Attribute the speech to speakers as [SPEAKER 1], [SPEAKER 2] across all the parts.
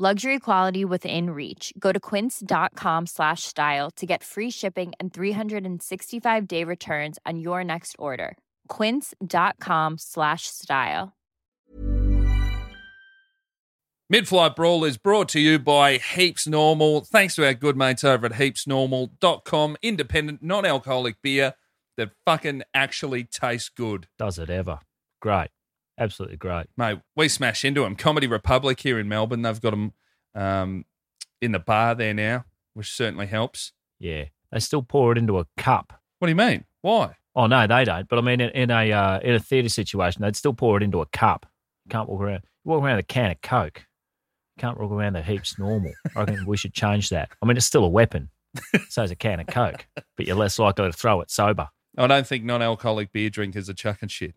[SPEAKER 1] Luxury quality within reach. Go to quince.com slash style to get free shipping and 365 day returns on your next order. Quince.com slash style.
[SPEAKER 2] Midflight Brawl is brought to you by Heaps Normal. Thanks to our good mates over at heapsnormal.com. Independent, non alcoholic beer that fucking actually tastes good.
[SPEAKER 3] Does it ever? Great. Absolutely great.
[SPEAKER 2] Mate, we smash into them. Comedy Republic here in Melbourne, they've got them um, in the bar there now, which certainly helps.
[SPEAKER 3] Yeah. They still pour it into a cup.
[SPEAKER 2] What do you mean? Why?
[SPEAKER 3] Oh no, they don't. But I mean, in, in a uh, in a theatre situation, they'd still pour it into a cup. You can't walk around. You walk around with a can of Coke. You can't walk around the heaps normal. I reckon we should change that. I mean, it's still a weapon. So is a can of Coke, but you're less likely to throw it sober.
[SPEAKER 2] I don't think non alcoholic beer drinkers are chucking shit.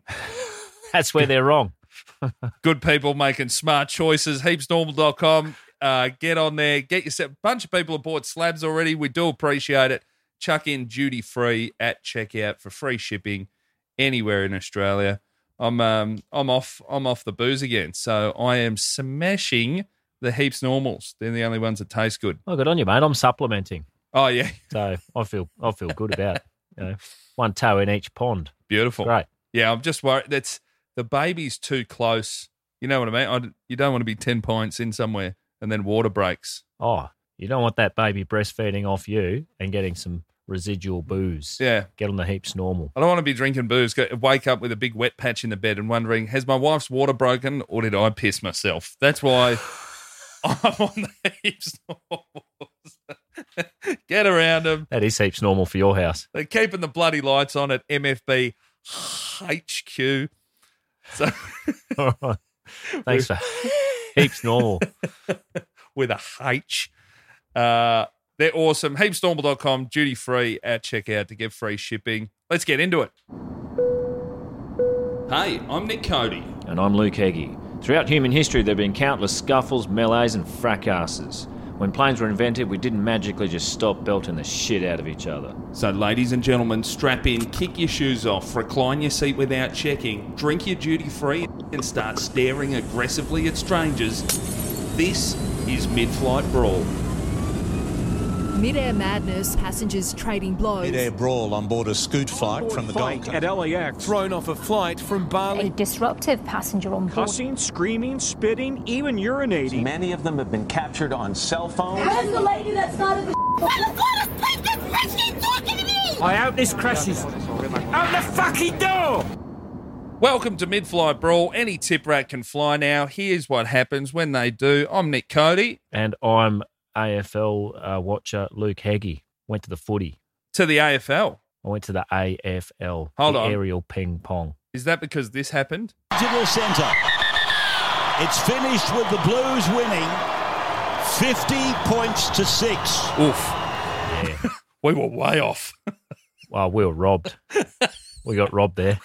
[SPEAKER 3] That's where they're wrong.
[SPEAKER 2] Good people making smart choices. Heapsnormal.com. Uh, get on there. Get yourself. A bunch of people have bought slabs already. We do appreciate it. Chuck in duty free at checkout for free shipping anywhere in Australia. I'm um, I'm off I'm off the booze again. So I am smashing the heaps normals. They're the only ones that taste good.
[SPEAKER 3] Oh, good on you, mate. I'm supplementing,
[SPEAKER 2] Oh yeah,
[SPEAKER 3] so I feel I feel good about it. You know, one toe in each pond.
[SPEAKER 2] beautiful.
[SPEAKER 3] Great.
[SPEAKER 2] Yeah, I'm just worried. That's the baby's too close. You know what I mean? I, you don't want to be ten pints in somewhere and then water breaks.
[SPEAKER 3] Oh, you don't want that baby breastfeeding off you and getting some residual booze.
[SPEAKER 2] Yeah,
[SPEAKER 3] Get on the heaps normal.
[SPEAKER 2] I don't want to be drinking booze. Go, wake up with a big wet patch in the bed and wondering, has my wife's water broken or did I piss myself? That's why I'm on the heaps. Normals. Get around them.
[SPEAKER 3] That is heaps normal for your house.
[SPEAKER 2] They're keeping the bloody lights on at MFB HQ. So
[SPEAKER 3] All right. Thanks for heaps normal.
[SPEAKER 2] with a H. Uh, they're awesome. Heapsnormal.com, duty free at checkout to get free shipping. Let's get into it. Hey, I'm Nick Cody.
[SPEAKER 3] And I'm Luke Heggie. Throughout human history, there have been countless scuffles, melees, and fracasses. When planes were invented, we didn't magically just stop belting the shit out of each other.
[SPEAKER 2] So, ladies and gentlemen, strap in, kick your shoes off, recline your seat without checking, drink your duty free, and start staring aggressively at strangers. This is Mid Flight Brawl.
[SPEAKER 4] Mid-air madness, passengers trading blows.
[SPEAKER 5] Mid-air brawl on board a scoot flight from the Gold
[SPEAKER 6] Fight
[SPEAKER 5] Coast.
[SPEAKER 6] at LAX. Thrown off a flight from
[SPEAKER 7] a
[SPEAKER 6] Bali.
[SPEAKER 7] disruptive passenger on board.
[SPEAKER 6] Cussing, screaming, spitting, even urinating.
[SPEAKER 8] Many of them have been captured on cell phones.
[SPEAKER 9] Where's the lady that started the I just want to speak this bitch keep talking to me!
[SPEAKER 6] I out this crashes. Out the fucking door!
[SPEAKER 2] Welcome to Mid Flight Brawl. Any tip rat can fly now. Here's what happens when they do. I'm Nick Cody.
[SPEAKER 3] And I'm AFL uh, watcher Luke Heggie. Went to the footy.
[SPEAKER 2] To the AFL.
[SPEAKER 3] I went to the AFL.
[SPEAKER 2] Hold
[SPEAKER 3] the
[SPEAKER 2] on.
[SPEAKER 3] Aerial ping pong.
[SPEAKER 2] Is that because this happened?
[SPEAKER 5] To the centre. It's finished with the Blues winning 50 points to 6.
[SPEAKER 2] Oof.
[SPEAKER 3] Yeah.
[SPEAKER 2] We were way off.
[SPEAKER 3] well, Oh, we were robbed. we got robbed there.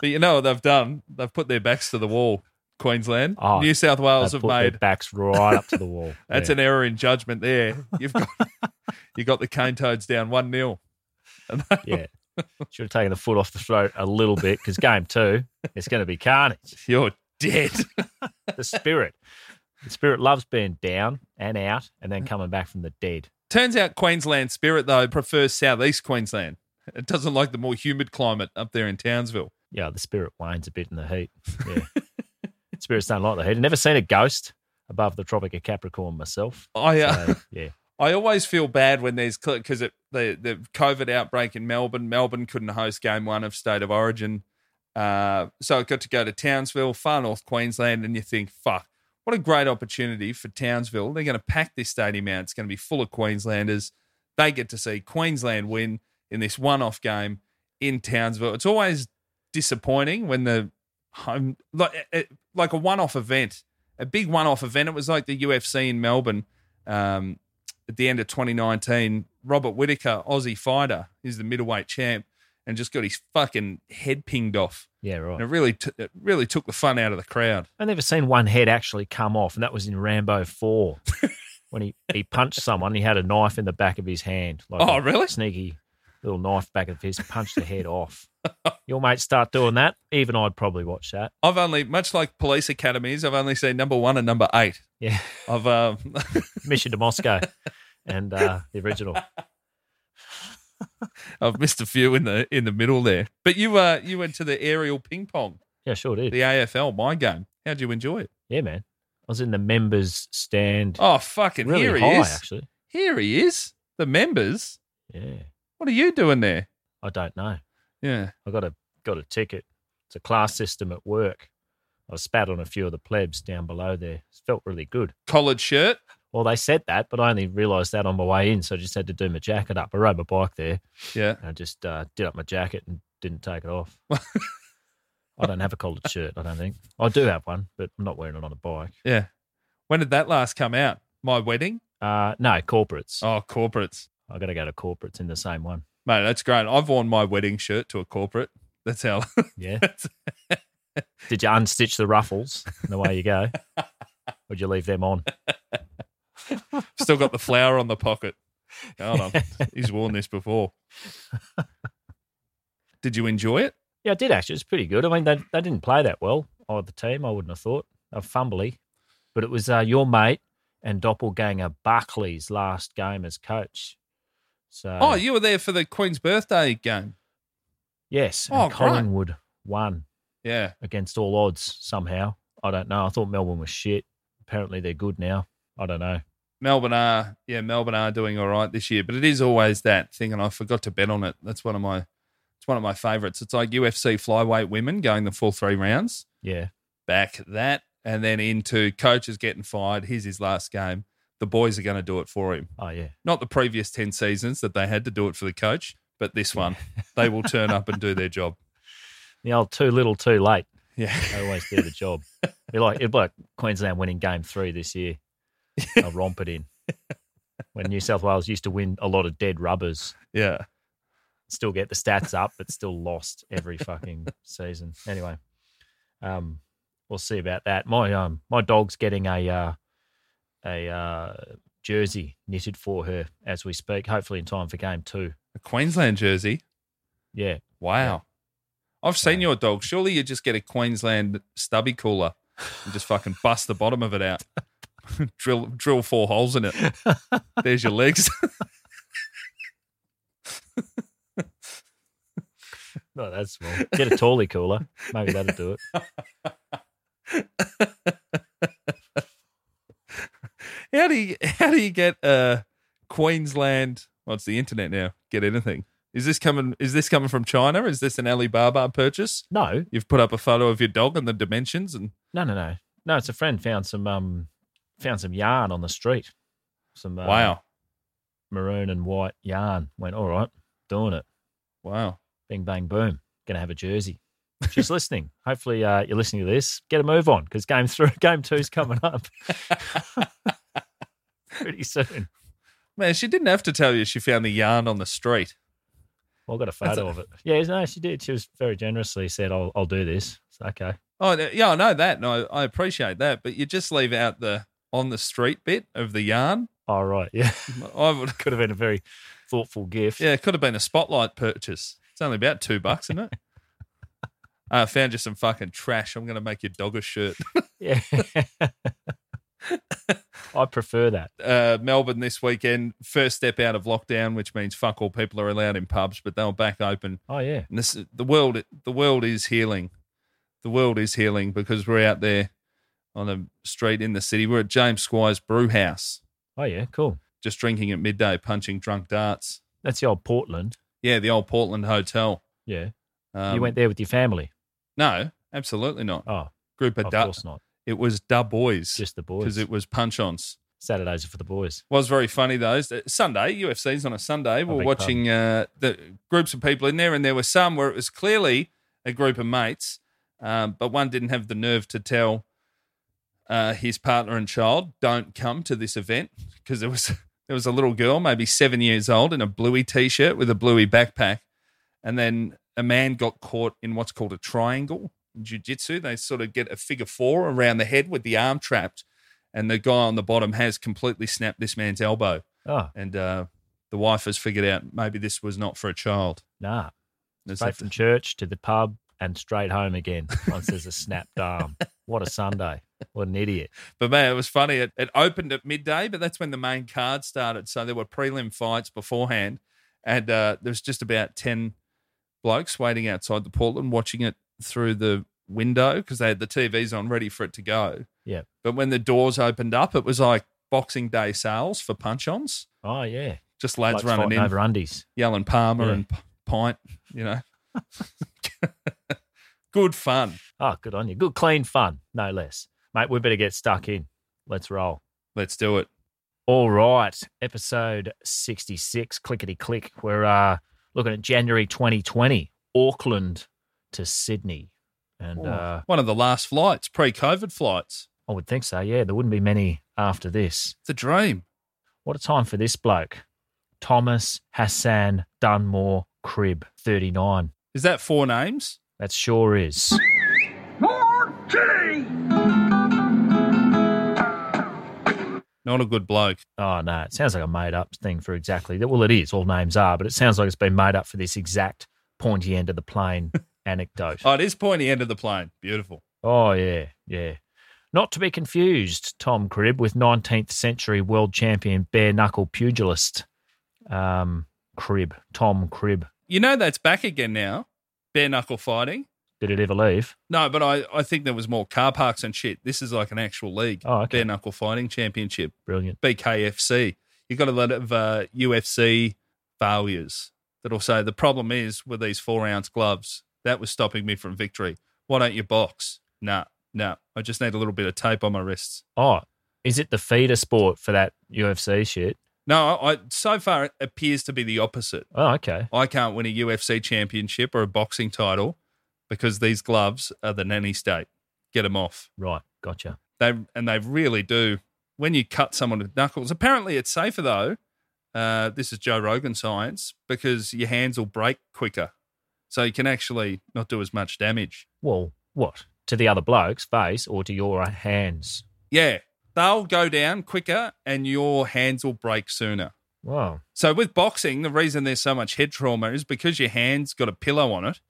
[SPEAKER 2] But you know what they've done? They've put their backs to the wall, Queensland.
[SPEAKER 3] Oh,
[SPEAKER 2] New South Wales
[SPEAKER 3] They
[SPEAKER 2] have
[SPEAKER 3] put their
[SPEAKER 2] made
[SPEAKER 3] backs right up to the wall.
[SPEAKER 2] that's
[SPEAKER 3] Yeah.
[SPEAKER 2] an error in judgment there. You've got you got the cane toads down one 0
[SPEAKER 3] Yeah. Should have taken the foot off the throat a little bit because game two, it's going to be carnage.
[SPEAKER 2] You're dead.
[SPEAKER 3] The spirit. The spirit loves being down and out and then coming back from the dead.
[SPEAKER 2] Turns out Queensland spirit though prefers southeast Queensland. It doesn't like the more humid climate up there in Townsville.
[SPEAKER 3] Yeah, the spirit wanes a bit in the heat. Yeah. Spirits don't like the heat. I've never seen a ghost above the Tropic of Capricorn myself.
[SPEAKER 2] I uh,
[SPEAKER 3] So, yeah.
[SPEAKER 2] I always feel bad when there's because it the the COVID outbreak in Melbourne. Melbourne couldn't host Game One of State of Origin, uh, so it got to go to Townsville, far north Queensland, and you think, fuck, what a great opportunity for Townsville. They're going to pack this stadium out. It's going to be full of Queenslanders. They get to see Queensland win in this one-off game in Townsville. It's always disappointing when the home like it, like a one-off event, a big one-off event. It was like the UFC in Melbourne. Um, at the end of 2019 Robert Whitaker, Aussie fighter, is the middleweight champ, and just got his fucking head pinged off.
[SPEAKER 3] Yeah,
[SPEAKER 2] And it
[SPEAKER 3] right.
[SPEAKER 2] really, t- it really took the fun out of the crowd.
[SPEAKER 3] I've never seen one head actually come off, and that was in Rambo 4 when he, he punched someone. He had a knife in the back of his hand. Like
[SPEAKER 2] Oh,
[SPEAKER 3] a
[SPEAKER 2] really?
[SPEAKER 3] Sneaky little knife back of his, punched the head off. Your mate start doing that, even I'd probably watch that.
[SPEAKER 2] I've only, much like police academies, I've only seen number one and number eight.
[SPEAKER 3] Yeah.
[SPEAKER 2] I've, um,
[SPEAKER 3] Mission to Moscow and uh, the original.
[SPEAKER 2] I've missed a few in the in the middle there. But you, uh, you went to the aerial ping pong,
[SPEAKER 3] Yeah, sure did.
[SPEAKER 2] the AFL, my game. How'd you enjoy it?
[SPEAKER 3] Yeah, man. I was in the members stand.
[SPEAKER 2] Oh, fucking
[SPEAKER 3] really
[SPEAKER 2] here he
[SPEAKER 3] high,
[SPEAKER 2] is.
[SPEAKER 3] actually.
[SPEAKER 2] Here he is. The members.
[SPEAKER 3] Yeah.
[SPEAKER 2] What are you doing there?
[SPEAKER 3] I don't know.
[SPEAKER 2] Yeah.
[SPEAKER 3] I got a got a ticket. It's a class system at work. I was spat on a few of the plebs down below there. It felt really good.
[SPEAKER 2] Collared shirt.
[SPEAKER 3] Well, they said that, but I only realised that on my way in, so I just had to do my jacket up. I rode my bike there,
[SPEAKER 2] Yeah.
[SPEAKER 3] and I just uh, did up my jacket and didn't take it off. I don't have a collared shirt. I don't think I do have one, but I'm not wearing it on a bike.
[SPEAKER 2] Yeah. When did that last come out? My wedding?
[SPEAKER 3] Uh, no, corporates.
[SPEAKER 2] Oh, corporates.
[SPEAKER 3] I got to go to corporates in the same one.
[SPEAKER 2] Mate, that's great. I've worn my wedding shirt to a corporate. That's how.
[SPEAKER 3] Yeah.
[SPEAKER 2] that's,
[SPEAKER 3] Did you unstitch the ruffles? And away you go. Would you leave them on?
[SPEAKER 2] still got the flower on the pocket. Hold on. He's worn this before. Did you enjoy it?
[SPEAKER 3] Yeah, I did actually. It's pretty good. I mean, they, they didn't play that well, or the team, I wouldn't have thought. A fumbly. But it was uh, your mate and doppelganger Barclay's last game as coach. So,
[SPEAKER 2] oh, you were there for the Queen's birthday game.
[SPEAKER 3] yes.
[SPEAKER 2] Oh,
[SPEAKER 3] and
[SPEAKER 2] great.
[SPEAKER 3] Collingwood won
[SPEAKER 2] Yeah.
[SPEAKER 3] against all odds somehow. I don't know. I thought Melbourne was shit. Apparently they're good now. I don't know.
[SPEAKER 2] Melbourne are, yeah, Melbourne are doing all right this year, but it is always that thing, and I forgot to bet on it. That's one of my, it's one of my favorites. It's like UFC flyweight women going the full three rounds.
[SPEAKER 3] Yeah.
[SPEAKER 2] back that and then into coaches getting fired. Here's his last game. The boys are going to do it for him.
[SPEAKER 3] Oh, yeah.
[SPEAKER 2] Not the previous 10 seasons that they had to do it for the coach, but this one. They will turn up and do their job.
[SPEAKER 3] The old too little, too late.
[SPEAKER 2] Yeah.
[SPEAKER 3] They always do the job. Be like, it'd be like Queensland winning game three this year. They'll romp it in. When New South Wales used to win a lot of dead rubbers,
[SPEAKER 2] Yeah.
[SPEAKER 3] still get the stats up, but still lost every fucking season. Anyway, um, we'll see about that. My um, my dog's getting a uh, a uh, jersey knitted for her as we speak. Hopefully, in time for game two.
[SPEAKER 2] A Queensland jersey.
[SPEAKER 3] Yeah,
[SPEAKER 2] Wow. I've seen your dog. Surely you just get a Queensland stubby cooler and just fucking bust the bottom of it out. drill drill four holes in it. There's your legs.
[SPEAKER 3] no, that's small. Get a tally cooler. Maybe that'll do it.
[SPEAKER 2] How do you how do you get uh Queensland? Well, it's the internet now. Get anything? Is this coming? Is this coming from China? Is this an Alibaba purchase?
[SPEAKER 3] No,
[SPEAKER 2] You've put up a photo of your dog and the dimensions, and
[SPEAKER 3] No, no, no, no. It's a friend found some um found some yarn on the street. Some uh,
[SPEAKER 2] wow,
[SPEAKER 3] maroon and white yarn. Went all right, doing it.
[SPEAKER 2] wow,
[SPEAKER 3] Bing bang boom. Gonna have a jersey. She's listening. Hopefully, uh, you're listening to this. Get a move on because game through game two's coming up pretty soon.
[SPEAKER 2] man! She didn't have to tell you she found the yarn on the street.
[SPEAKER 3] Well, I got a photo of it. Yeah, no, she did. She was very generously said, "I'll, I'll do this." It's okay.
[SPEAKER 2] Oh, yeah, I know that, and I, I appreciate that, but you just leave out the on the street bit of the yarn.
[SPEAKER 3] All right. Yeah,
[SPEAKER 2] I would,
[SPEAKER 3] could have been a very thoughtful gift.
[SPEAKER 2] yeah, it could have been a spotlight purchase. It's only about two bucks, isn't it? I found you some fucking trash. I'm going to make your dog a shirt.
[SPEAKER 3] Yeah. I prefer that.
[SPEAKER 2] uh, Melbourne this weekend. First step out of lockdown, which means fuck all people are allowed in pubs, but they were back open.
[SPEAKER 3] Oh yeah.
[SPEAKER 2] And this, the world, the world is healing. The world is healing because we're out there on the street in the city. We're at James Squire's Brew House,
[SPEAKER 3] Oh yeah. Cool.
[SPEAKER 2] just drinking at midday, punching drunk darts.
[SPEAKER 3] That's the old Portland.
[SPEAKER 2] Yeah, the old Portland Hotel.
[SPEAKER 3] Yeah.
[SPEAKER 2] Um,
[SPEAKER 3] you went there with your family.
[SPEAKER 2] No, absolutely not.
[SPEAKER 3] Oh,
[SPEAKER 2] Group of,
[SPEAKER 3] of
[SPEAKER 2] da-
[SPEAKER 3] course not.
[SPEAKER 2] It was da boys.
[SPEAKER 3] Just the boys.
[SPEAKER 2] because it was punch ons.
[SPEAKER 3] Saturdays are for the boys.
[SPEAKER 2] was very funny though. is that Sunday, UFC's on a Sunday. We
[SPEAKER 3] beg
[SPEAKER 2] were
[SPEAKER 3] your
[SPEAKER 2] watching uh, the groups of people in there, and there were some where it was clearly a group of mates, um, but one didn't have the nerve to tell uh, his partner and child, "Don't come to this event," because there was There was a little girl, maybe seven years old, in a bluey t shirt with a bluey backpack. And then a man got caught in what's called a triangle in jiu jitsu. They sort of get a figure four around the head with the arm trapped. And the guy on the bottom has completely snapped this man's elbow.
[SPEAKER 3] Oh,
[SPEAKER 2] And uh, the wife has figured out maybe this was not for a child.
[SPEAKER 3] nah.
[SPEAKER 2] There's
[SPEAKER 3] Straight from church to the pub and straight home again once there's a snapped arm. What a Sunday. What an idiot.
[SPEAKER 2] But man, it was funny. It, it opened at midday, but that's when the main card started. So there were prelim fights beforehand, and uh, there was just about ten blokes waiting outside the Portland watching it through the window because they had the TVs on ready for it to go.
[SPEAKER 3] Yeah.
[SPEAKER 2] But when the doors opened up, it was like Boxing Day sales for punch-ons.
[SPEAKER 3] Oh, yeah.
[SPEAKER 2] Just lads
[SPEAKER 3] Blokes
[SPEAKER 2] running
[SPEAKER 3] fighting
[SPEAKER 2] in,
[SPEAKER 3] over undies.
[SPEAKER 2] yelling Palmer
[SPEAKER 3] Yeah.
[SPEAKER 2] and P- Pint. You know, good fun.
[SPEAKER 3] Oh, good on you. Good, clean fun, no less. Mate, we better get stuck in. Let's roll.
[SPEAKER 2] Let's do it.
[SPEAKER 3] All right. Episode 66, clickety click. We're uh, looking at January 2020, Auckland to Sydney. And uh,
[SPEAKER 2] One of the last flights, pre-COVID flights.
[SPEAKER 3] I would think so. Yeah, there wouldn't be many after this.
[SPEAKER 2] It's a dream.
[SPEAKER 3] What a time for this bloke. Thomas Hassan Dunmore Crib, 39.
[SPEAKER 2] Is that four names?
[SPEAKER 3] That sure is.
[SPEAKER 2] Not a good bloke.
[SPEAKER 3] Oh no, it sounds like a made up thing for exactly that. Well, it is. All names are, but it sounds like it's been made up for this exact pointy end of the plane anecdote.
[SPEAKER 2] Oh, it is pointy end of the plane. Beautiful.
[SPEAKER 3] Oh yeah, yeah. Not to be confused, Tom Cribb with 19th century world champion bare knuckle pugilist. Um, Cribb, Tom Cribb.
[SPEAKER 2] You know that's back again now. Bare knuckle fighting.
[SPEAKER 3] Did it ever leave?
[SPEAKER 2] No, but I, I think there was more car parks and shit. This is like an actual league.
[SPEAKER 3] Oh, okay.
[SPEAKER 2] Bare knuckle fighting championship.
[SPEAKER 3] Brilliant.
[SPEAKER 2] BKFC. You got a lot of uh, UFC failures that will say the problem is with these four ounce gloves. That was stopping me from victory. Why don't you box? Nah, nah. I just need a little bit of tape on my wrists.
[SPEAKER 3] Oh, is it the feeder sport for that UFC shit?
[SPEAKER 2] No, I so far it appears to be the opposite.
[SPEAKER 3] Oh, okay.
[SPEAKER 2] I can't win a UFC championship or a boxing title because these gloves are the nanny state. Get them off.
[SPEAKER 3] Right, gotcha.
[SPEAKER 2] They and they really do. When you cut someone with knuckles, apparently it's safer though. Uh, this is Joe Rogan science because your hands will break quicker, so you can actually not do as much damage.
[SPEAKER 3] Well, what to the other bloke's face or to your hands?
[SPEAKER 2] Yeah, they'll go down quicker, and your hands will break sooner.
[SPEAKER 3] Wow.
[SPEAKER 2] So with boxing, the reason there's so much head trauma is because your hand's got a pillow on it.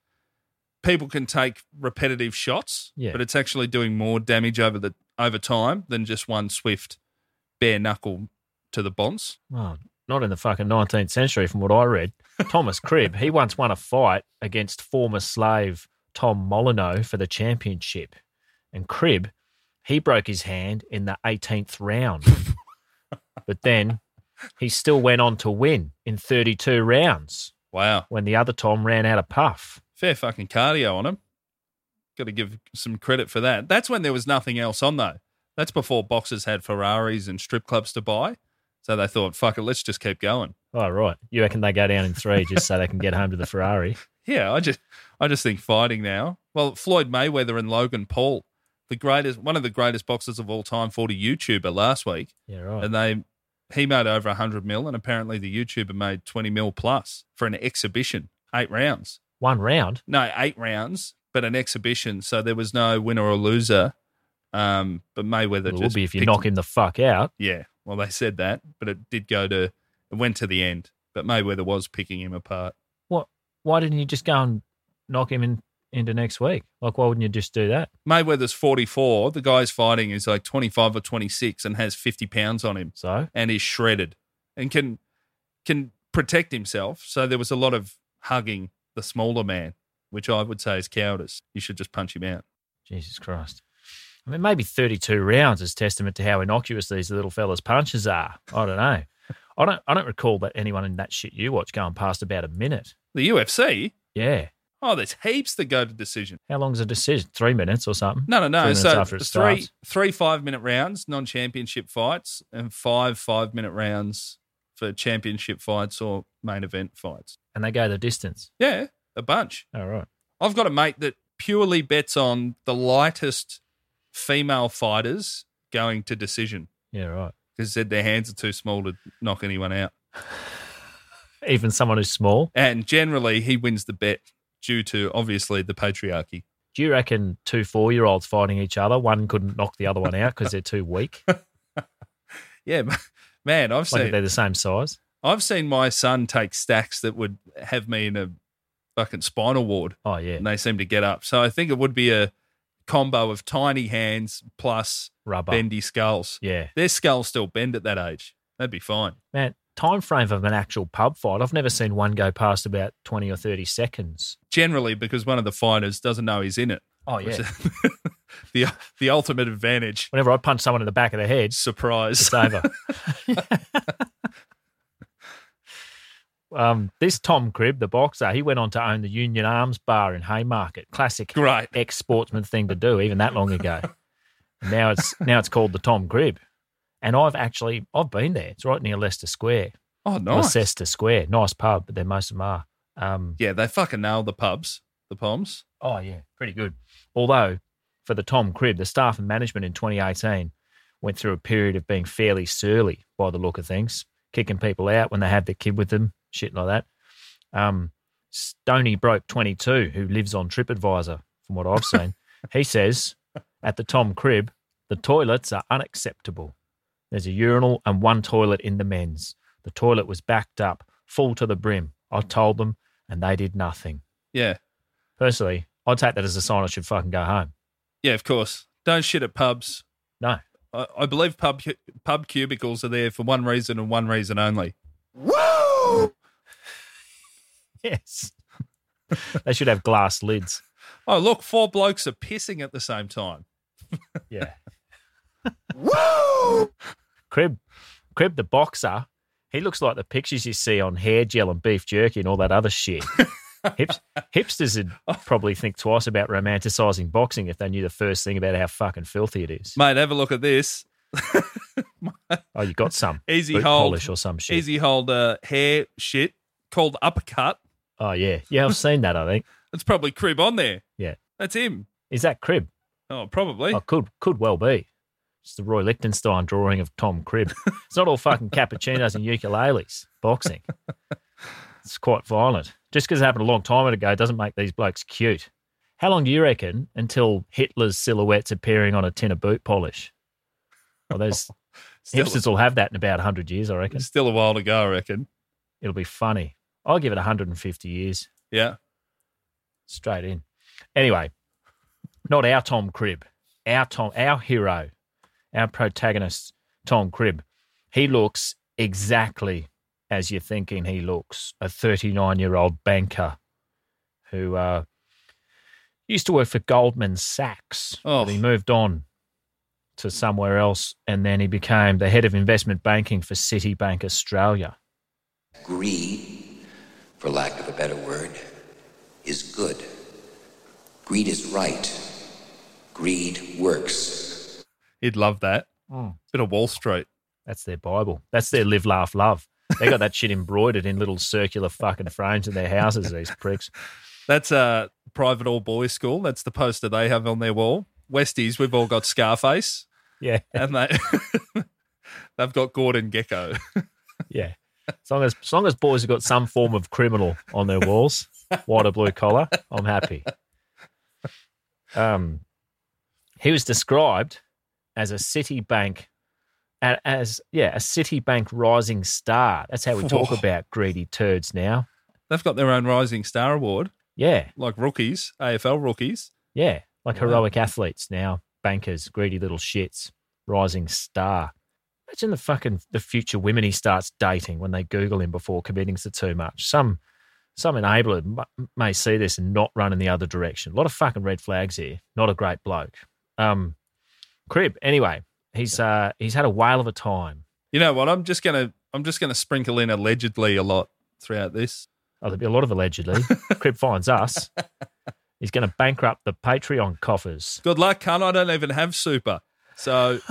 [SPEAKER 2] People can take repetitive shots,
[SPEAKER 3] Yeah.
[SPEAKER 2] but it's actually doing more damage over the over time than just one swift bare knuckle to the bonds.
[SPEAKER 3] Well, not in the fucking 19th century, from what I read. Thomas Cribb, he once won a fight against former slave Tom Molyneux for the championship. And Cribb, he broke his hand in the 18th round. but then he still went on to win in 32 rounds
[SPEAKER 2] Wow,
[SPEAKER 3] when the other Tom ran out of puff.
[SPEAKER 2] fair fucking cardio on him. Got to give some credit for that. That's when there was nothing else on though. That's before boxers had Ferraris and strip clubs to buy, so they thought, "Fuck it, let's just keep going."
[SPEAKER 3] Oh, right. You reckon they go down in three just so they can get home to the Ferrari?
[SPEAKER 2] Yeah, I just I just think fighting now. Well, Floyd Mayweather and Logan Paul, the greatest one of the greatest boxers of all time, fought a YouTuber last week,
[SPEAKER 3] Yeah, right.
[SPEAKER 2] and they he made over hundred mil, and apparently the YouTuber made twenty mil plus for an exhibition, eight rounds.
[SPEAKER 3] One round?
[SPEAKER 2] No, eight rounds, but an exhibition. So there was no winner or loser. Um, but Mayweather
[SPEAKER 3] It will
[SPEAKER 2] just
[SPEAKER 3] be if you
[SPEAKER 2] picked-
[SPEAKER 3] knock him the fuck out.
[SPEAKER 2] Yeah, well, they said that, but it did go to it went to the end. But Mayweather was picking him apart.
[SPEAKER 3] What? Why didn't you just go and knock him in, into next week? Like, why wouldn't you just do that?
[SPEAKER 2] Mayweather's 44. The guy's fighting is like 25 or 26 and has 50 pounds on him
[SPEAKER 3] So,
[SPEAKER 2] and is shredded and can can protect himself. So there was a lot of hugging the smaller man, which I would say is cowardice. You should just punch him out.
[SPEAKER 3] Jesus Christ. I mean, maybe 32 rounds is testament to how innocuous these little fellas' punches are. I don't know. I don't. I don't recall that anyone in that shit you watch going past about a minute.
[SPEAKER 2] The UFC.
[SPEAKER 3] Yeah.
[SPEAKER 2] Oh, there's heaps that go to decision.
[SPEAKER 3] How long's a decision? Three minutes or something?
[SPEAKER 2] No, no, no.
[SPEAKER 3] Three minutes
[SPEAKER 2] So
[SPEAKER 3] after it
[SPEAKER 2] three
[SPEAKER 3] starts.
[SPEAKER 2] three five minute rounds, non championship fights, and five five minute rounds for championship fights or main event fights.
[SPEAKER 3] and they go the distance.
[SPEAKER 2] Yeah, a bunch.
[SPEAKER 3] All right.
[SPEAKER 2] I've got a mate that purely bets on the lightest female fighters going to decision
[SPEAKER 3] Yeah. Right.
[SPEAKER 2] because said their hands are too small to knock anyone out.
[SPEAKER 3] Even someone who's small.
[SPEAKER 2] And generally, he wins the bet due to obviously the patriarchy.
[SPEAKER 3] Do you reckon two four year olds fighting each other, one couldn't knock the other one out because they're too weak?
[SPEAKER 2] Yeah, man, I've
[SPEAKER 3] Like if
[SPEAKER 2] seen
[SPEAKER 3] they're the same size.
[SPEAKER 2] I've seen my son take stacks that would have me in a fucking spinal ward,
[SPEAKER 3] Oh yeah,
[SPEAKER 2] and they seem to get up. So I think it would be a combo of tiny hands plus
[SPEAKER 3] rubber.
[SPEAKER 2] bendy skulls.
[SPEAKER 3] Yeah,
[SPEAKER 2] Their skulls still bend at that age. That'd be fine.
[SPEAKER 3] man. Time frame of an actual pub fight. I've never seen one go past about twenty or thirty seconds.
[SPEAKER 2] Generally, because one of the fighters doesn't know he's in it.
[SPEAKER 3] Oh
[SPEAKER 2] which is the the ultimate advantage.
[SPEAKER 3] Whenever I punch someone in the back of the head,
[SPEAKER 2] Surprise.
[SPEAKER 3] it's over. um, this Tom Cribb, the boxer, he went on to own the Union Arms Bar in Haymarket. Classic
[SPEAKER 2] Great.
[SPEAKER 3] ex sportsman thing to do, even that long ago. now it's now it's called the Tom Cribb. And I've actually I've been there. It's right near Leicester Square.
[SPEAKER 2] Oh,
[SPEAKER 3] Or
[SPEAKER 2] nice.
[SPEAKER 3] Leicester Square. Nice pub, but then most of them are. Um,
[SPEAKER 2] Yeah, they fucking nailed the pubs, the palms.
[SPEAKER 3] Oh yeah, pretty good. Although for the Tom Cribb, the staff and management in 2018 went through a period of being fairly surly by the look of things, kicking people out when they had their kid with them, shit like that. Um, Stony Broke 22, who lives on TripAdvisor, from what I've seen, he says at the Tom Crib, the toilets are unacceptable. There's a urinal and one toilet in the men's. The toilet was backed up, full to the brim. I told them, and they did nothing
[SPEAKER 2] Yeah.
[SPEAKER 3] personally, I'd take that as a sign I should fucking go home.
[SPEAKER 2] Yeah, of course. Don't shit at pubs.
[SPEAKER 3] No.
[SPEAKER 2] I, I believe pub cu- pub cubicles are there for one reason and one reason only.
[SPEAKER 3] Yes. they should have glass lids.
[SPEAKER 2] Oh, look, four blokes are pissing at the same time.
[SPEAKER 3] Yeah. Woo! Crib, Crib the boxer, he looks like the pictures you see on hair gel and beef jerky and all that other shit. Hips, hipsters would probably think twice about romanticising boxing if they knew the first thing about how fucking filthy it is.
[SPEAKER 2] Mate, have a look at this.
[SPEAKER 3] Oh, you got some
[SPEAKER 2] Easy
[SPEAKER 3] boot
[SPEAKER 2] hold.
[SPEAKER 3] polish or some shit.
[SPEAKER 2] Easy hold uh, hair shit called uppercut.
[SPEAKER 3] Oh yeah, yeah, I've seen that. I think
[SPEAKER 2] It's probably crib on there.
[SPEAKER 3] Yeah.
[SPEAKER 2] That's him.
[SPEAKER 3] is that Crib?
[SPEAKER 2] Oh, probably.
[SPEAKER 3] Oh, could could well be. It's the Roy Lichtenstein drawing of Tom Cribb. It's not all fucking cappuccinos and ukuleles. Boxing. It's quite violent. Just because it happened a long time ago doesn't make these blokes cute. How long do you reckon until Hitler's silhouette's appearing on a tin of boot polish? Well, those
[SPEAKER 2] Still-
[SPEAKER 3] hipsters will have that in about 100 years, I reckon.
[SPEAKER 2] Still a while to go, I reckon.
[SPEAKER 3] It'll be funny. I'll give it 150 years.
[SPEAKER 2] Yeah.
[SPEAKER 3] straight in. Anyway, not our Tom Crib, our Tom, our hero, our protagonist, Tom Crib. He looks exactly as you're thinking he looks a 39 year old banker who uh, used to work for Goldman Sachs.
[SPEAKER 2] Oh.
[SPEAKER 3] But he moved on to somewhere else and then he became the head of investment banking for Citibank Australia.
[SPEAKER 10] Greed, for lack of a better word, is good. Greed is right. Greed works.
[SPEAKER 2] He'd love that.
[SPEAKER 3] Mm.
[SPEAKER 2] Bit of Wall Street.
[SPEAKER 3] That's their Bible. That's their live, laugh, love. They got that shit embroidered in little circular fucking frames in their houses, these pricks.
[SPEAKER 2] That's a private all boys school. That's the poster they have on their wall. Westies, we've all got Scarface,
[SPEAKER 3] Yeah,
[SPEAKER 2] and they they've got Gordon Gecko.
[SPEAKER 3] yeah. As long as, as long as boys have got some form of criminal on their walls, white or blue collar, I'm happy. Um, he was described as a Citibank, a- as yeah, a Citibank rising star. That's how we talk
[SPEAKER 2] Whoa.
[SPEAKER 3] about greedy turds now.
[SPEAKER 2] They've got their own Rising Star Award,
[SPEAKER 3] Yeah.
[SPEAKER 2] like rookies, AFL rookies.
[SPEAKER 3] Yeah, like
[SPEAKER 2] Wow.
[SPEAKER 3] heroic athletes now, bankers, greedy little shits, rising star. Imagine the fucking the future women he starts dating when they Google him before committing to too much. Some some enabler m- may see this and not run in the other direction. A lot of fucking red flags here. Not a great bloke. Um, crib. Anyway, he's uh he's had a whale of a time.
[SPEAKER 2] You know what? I'm just gonna I'm just gonna sprinkle in allegedly a lot throughout this.
[SPEAKER 3] Oh, there'll be a lot of allegedly. crib finds us. He's going to bankrupt the Patreon coffers.
[SPEAKER 2] Good luck, cunt. I don't even have super, so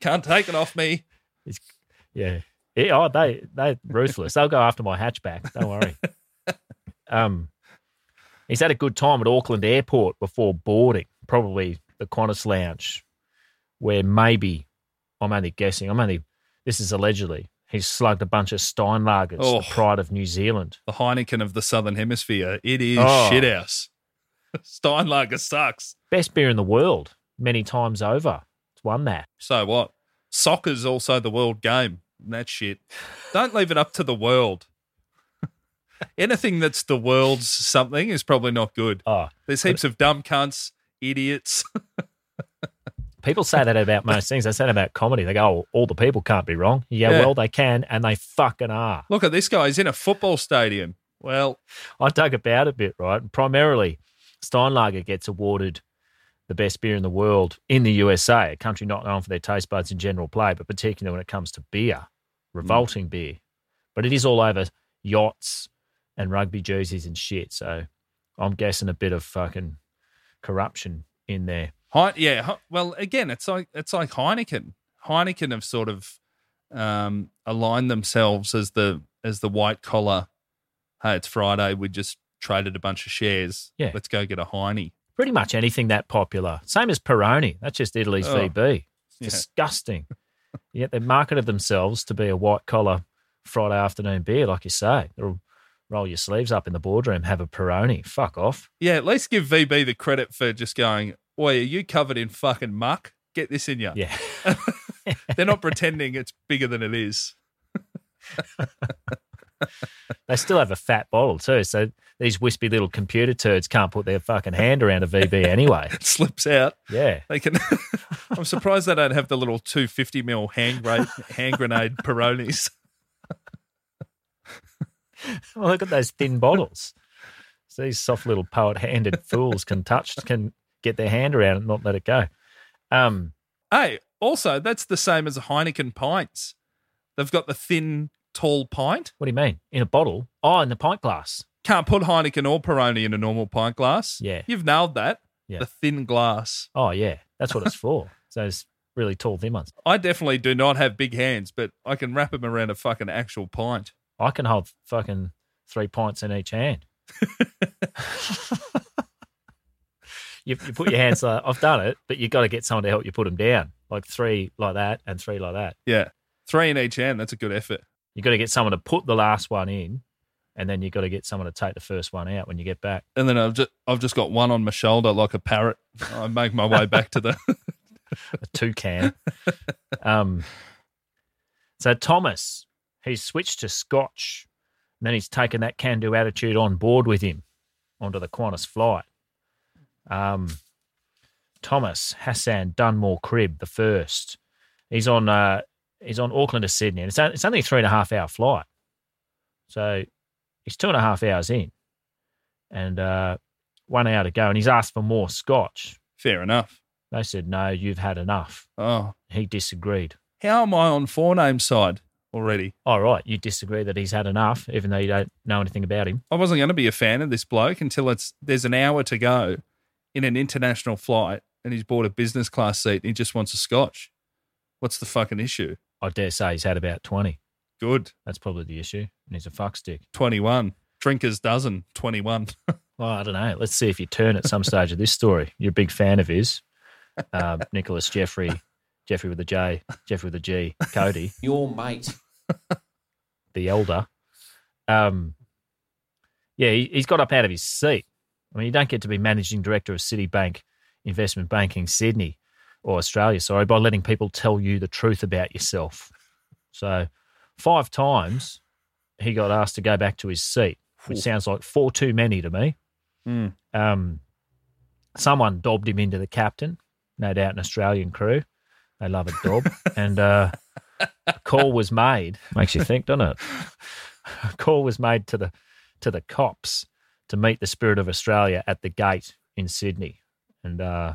[SPEAKER 2] can't take it off me.
[SPEAKER 3] Yeah. Yeah, oh, they they ruthless. They'll go after my hatchback. Don't worry. um, he's had a good time at Auckland Airport before boarding, probably the Qantas lounge, where maybe I'm only guessing. I'm only. This is allegedly. He's slugged a bunch of Steinlagers,
[SPEAKER 2] Oh.
[SPEAKER 3] the pride of New Zealand.
[SPEAKER 2] The Heineken of the Southern Hemisphere. It is
[SPEAKER 3] Oh.
[SPEAKER 2] shithouse. Steinlager sucks.
[SPEAKER 3] Best beer in the world, many times over. It's won that.
[SPEAKER 2] So what? Soccer's also the world game. And that shit. Don't leave it up to the world. Anything that's the world's something is probably not good.
[SPEAKER 3] Oh,
[SPEAKER 2] There's heaps of dumb cunts, idiots.
[SPEAKER 3] people say that about most things. They say that about comedy. They go, oh, all the people can't be wrong. Yeah,
[SPEAKER 2] Yeah.
[SPEAKER 3] well, they can, and they fucking are.
[SPEAKER 2] Look at this guy. He's in a football stadium. Well,
[SPEAKER 3] I dug about a bit, right? Primarily, Steinlager gets awarded the best beer in the world in the USA, a country not known for their taste buds in general play, but particularly when it comes to beer, revolting beer. But it is all over yachts and rugby jerseys and shit. So I'm guessing a bit of fucking corruption in there.
[SPEAKER 2] Hein- yeah. Hi- Well, again, it's like it's like Heineken. Heineken have sort of um, aligned themselves as the as the white collar. Hey, it's Friday. We just traded a bunch of shares.
[SPEAKER 3] Yeah.
[SPEAKER 2] let's go get a Heine.
[SPEAKER 3] Pretty much anything that popular. Same as Peroni. That's just Italy's
[SPEAKER 2] Oh,
[SPEAKER 3] VB.
[SPEAKER 2] yeah.
[SPEAKER 3] Disgusting. Yet they marketed themselves to be a white collar Friday afternoon beer, like you say. They'll roll your sleeves up in the boardroom, have a Peroni. Fuck off.
[SPEAKER 2] Yeah, at least give VB the credit for just going. Oi, are you covered in fucking muck? Get this in you.
[SPEAKER 3] Yeah.
[SPEAKER 2] They're not pretending it's bigger than it is.
[SPEAKER 3] They still have a fat bottle too. So these wispy little computer turds can't put their fucking hand around a VB anyway.
[SPEAKER 2] It slips out.
[SPEAKER 3] Yeah.
[SPEAKER 2] They can. I'm surprised they don't have the little 250 mil hand grenade, hand grenade Peronis.
[SPEAKER 3] Well, Oh, look at those thin bottles. So these soft little poet handed fools can touch, can get their hand around it and not let it go. Um,
[SPEAKER 2] Hey, also, that's the same as Heineken pints. They've got the thin, tall pint.
[SPEAKER 3] what do you mean? In a bottle? Oh, in the pint glass.
[SPEAKER 2] Can't put Heineken or Peroni in a normal pint glass.
[SPEAKER 3] Yeah.
[SPEAKER 2] You've nailed that.
[SPEAKER 3] Yeah.
[SPEAKER 2] The thin glass.
[SPEAKER 3] Oh, yeah. That's what it's for. It's those really tall, thin ones.
[SPEAKER 2] I definitely do not have big hands, but I can wrap them around a fucking actual pint.
[SPEAKER 3] I can hold fucking three pints in each hand. you, you put your hands like, I've done it, but you've got to get someone to help you put them down. Like three like that and three like that.
[SPEAKER 2] Yeah. Three in each hand. That's a good effort.
[SPEAKER 3] You've got to get someone to put the last one in, and then you've got to get someone to take the first one out when you get back.
[SPEAKER 2] And then I've just, I've just got one on my shoulder like a parrot. I make my way back to the.
[SPEAKER 3] A toucan. um, so Thomas, he's switched to Scotch, and then he's taken that can-do attitude on board with him onto the Qantas flight. Um, Thomas Hassan Dunmore Crib the first. He's on uh, he's on Auckland to Sydney, and it's, on- it's only a three and a half hour flight, so he's two and a half hours in, and uh, one hour to go, and he's asked for more Scotch.
[SPEAKER 2] Fair enough.
[SPEAKER 3] They said, "No, you've had enough."
[SPEAKER 2] Oh,
[SPEAKER 3] He disagreed.
[SPEAKER 2] how am I on forename side already?
[SPEAKER 3] All right, you disagree that he's had enough, even though you don't know anything about him.
[SPEAKER 2] I wasn't going to be a fan of this bloke until it's there's an hour to go in an international flight and he's bought a business class seat and he just wants a scotch. What's the fucking issue?
[SPEAKER 3] I dare say he's had about twenty.
[SPEAKER 2] Good.
[SPEAKER 3] That's probably the issue, and he's a fuckstick.
[SPEAKER 2] 21. Drinker's dozen. 21.
[SPEAKER 3] Well, I don't know. Let's see if you turn at some stage of this story. You're a big fan of his, um, Nicholas Jeffrey, Jeffrey with a J, Jeffrey with a G, Cody,
[SPEAKER 8] Your mate.
[SPEAKER 3] the elder. Um, yeah, he, he's got up out of his seat. I mean, you don't get to be managing director of Citibank Investment Banking Sydney or Australia, sorry, by letting people tell you the truth about yourself. So, five times he got asked to go back to his seat, which sounds like four too many to me.
[SPEAKER 2] Hmm.
[SPEAKER 3] Um, someone dobbed him into the captain, no doubt an Australian crew. They love a dob. and uh, a call was made. Makes you think, doesn't it? A call was made to the to the cops to meet the spirit of Australia at the gate in Sydney. And uh,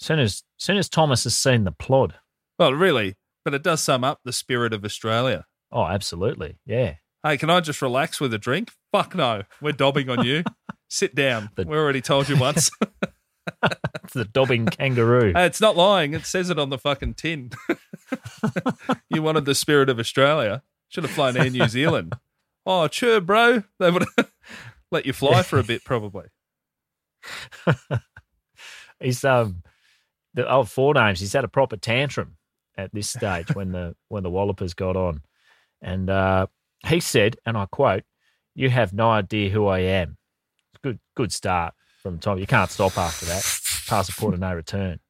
[SPEAKER 3] soon as soon as Thomas has seen the plod,
[SPEAKER 2] Well, really, but it does sum up the spirit of Australia.
[SPEAKER 3] oh, absolutely, yeah,
[SPEAKER 2] Hey, can I just relax with a drink? Fuck no. We're dobbing on you. Sit down.
[SPEAKER 3] The-
[SPEAKER 2] we already told you once.
[SPEAKER 3] it's the dobbing kangaroo.
[SPEAKER 2] Hey, it's not lying. It says it on the fucking tin. you wanted the spirit of Australia. Should have flown Air New Zealand. Oh, sure, bro. They would have let you fly for a bit, probably.
[SPEAKER 3] He's um the old four names. He's had a proper tantrum at this stage when the when the Wallopers got on, and uh, he said, and I quote, "You have no idea who I am." It's a good good start from Tom. You can't stop after that. Pass a port of no return.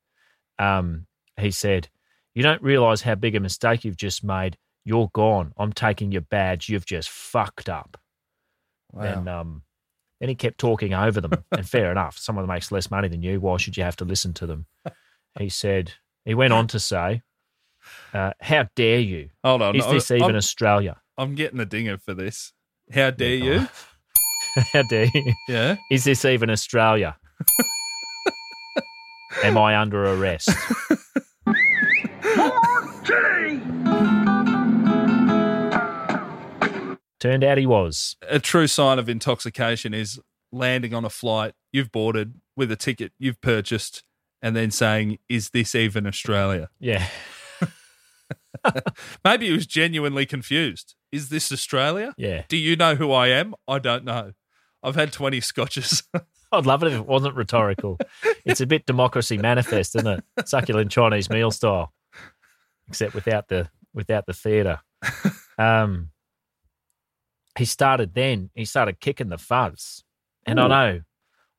[SPEAKER 3] Um, he said, "You don't realise how big a mistake you've just made. You're gone. I'm taking your badge. You've just fucked up."
[SPEAKER 2] Wow.
[SPEAKER 3] And um, then he kept talking over them. and fair enough, someone that makes less money than you, why should you have to listen to them? He said, he went on to say, uh, How dare you?
[SPEAKER 2] Hold on.
[SPEAKER 3] Is this even
[SPEAKER 2] I'm,
[SPEAKER 3] Australia?
[SPEAKER 2] I'm getting a dinger for this. How dare you?
[SPEAKER 3] How dare you?
[SPEAKER 2] Yeah.
[SPEAKER 3] Is this even Australia? Am I under arrest? Turned out he was.
[SPEAKER 2] A true sign of intoxication is landing on a flight you've boarded with a ticket you've purchased and then saying, Is this even Australia?
[SPEAKER 3] Yeah.
[SPEAKER 2] Maybe he was genuinely confused. Is this Australia?
[SPEAKER 3] Yeah.
[SPEAKER 2] Do you know who I am? I don't know. I've had 20 scotches.
[SPEAKER 3] I'd love it if it wasn't rhetorical. It's a bit democracy manifest, isn't it? Succulent Chinese meal style, except without the without the theatre. Um, he started then. He started kicking the fuzz, and I know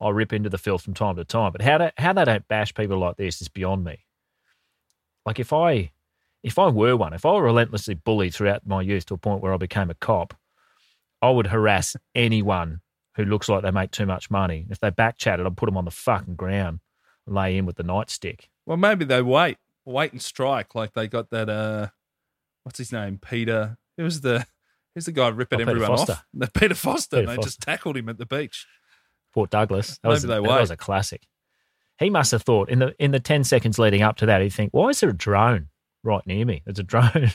[SPEAKER 3] I rip into the filth from time to time. But how do, how they don't bash people like this is beyond me. Like if I if I were one, if I were relentlessly bullied throughout my youth to a point where I became a cop, I would harass anyone who looks like they make too much money. If they back chatted, I'd put them on the fucking ground and lay in with the nightstick.
[SPEAKER 2] well, maybe they wait, wait and strike. Like they got that, uh, what's his name? Peter. Who was the, who's the guy ripping
[SPEAKER 3] Oh, Peter
[SPEAKER 2] everyone off?
[SPEAKER 3] Foster.
[SPEAKER 2] No, Peter Foster.
[SPEAKER 3] Peter
[SPEAKER 2] they just
[SPEAKER 3] Foster.
[SPEAKER 2] tackled him at the beach.
[SPEAKER 3] Port Douglas. That was,
[SPEAKER 2] Maybe they
[SPEAKER 3] that was
[SPEAKER 2] were.
[SPEAKER 3] a classic. He must have thought in the in the ten seconds leading up to that, he'd think, "Why is there a drone right near me? There's a drone.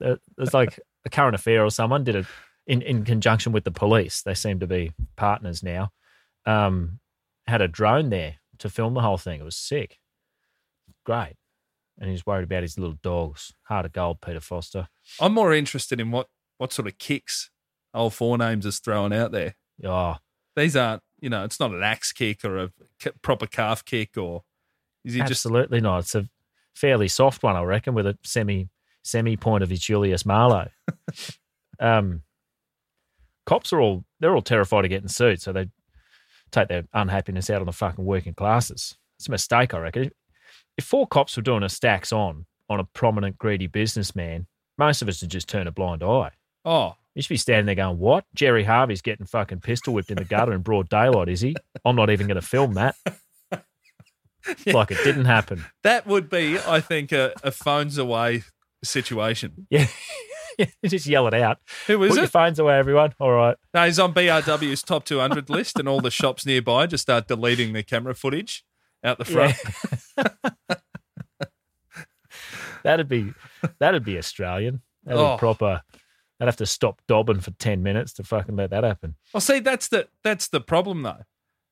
[SPEAKER 3] It's like a current affair or someone did it in in conjunction with the police. They seem to be partners now. Um, had a drone there to film the whole thing. It was sick, great. And he's worried about his little dogs. Heart of gold, Peter Foster.
[SPEAKER 2] I'm more interested in what, what sort of kicks old forenames is throwing out there.
[SPEAKER 3] Oh,
[SPEAKER 2] These aren't, you know, it's not an axe kick or a c- proper calf kick or is he just
[SPEAKER 3] Absolutely not. It's a fairly soft one, I reckon, with a semi semi point of his Julius Marlowe. um, cops are all they're all terrified of getting sued, so they take their unhappiness out on the fucking working classes. It's a mistake, I reckon. If four cops were doing a stacks on on a prominent greedy businessman, most of us would just turn a blind eye.
[SPEAKER 2] Oh,
[SPEAKER 3] You should be standing there going, "What? Jerry Harvey's getting fucking pistol whipped in the gutter in broad daylight, is he? I'm not even going to film that." Like it didn't happen.
[SPEAKER 2] that would be, I think, a, a phones away situation.
[SPEAKER 3] Yeah. yeah. Just yell it out.
[SPEAKER 2] Who is
[SPEAKER 3] Put your
[SPEAKER 2] it?
[SPEAKER 3] phones away, everyone. All right.
[SPEAKER 2] No, he's on BRW's top 200 list, and all the shops nearby just start deleting their camera footage out the front.
[SPEAKER 3] That'd be that'd be Australian. That'd
[SPEAKER 2] Oh.
[SPEAKER 3] be proper. I'd have to stop dobbing for ten minutes to fucking let that happen.
[SPEAKER 2] Well, see, that's the that's the problem though.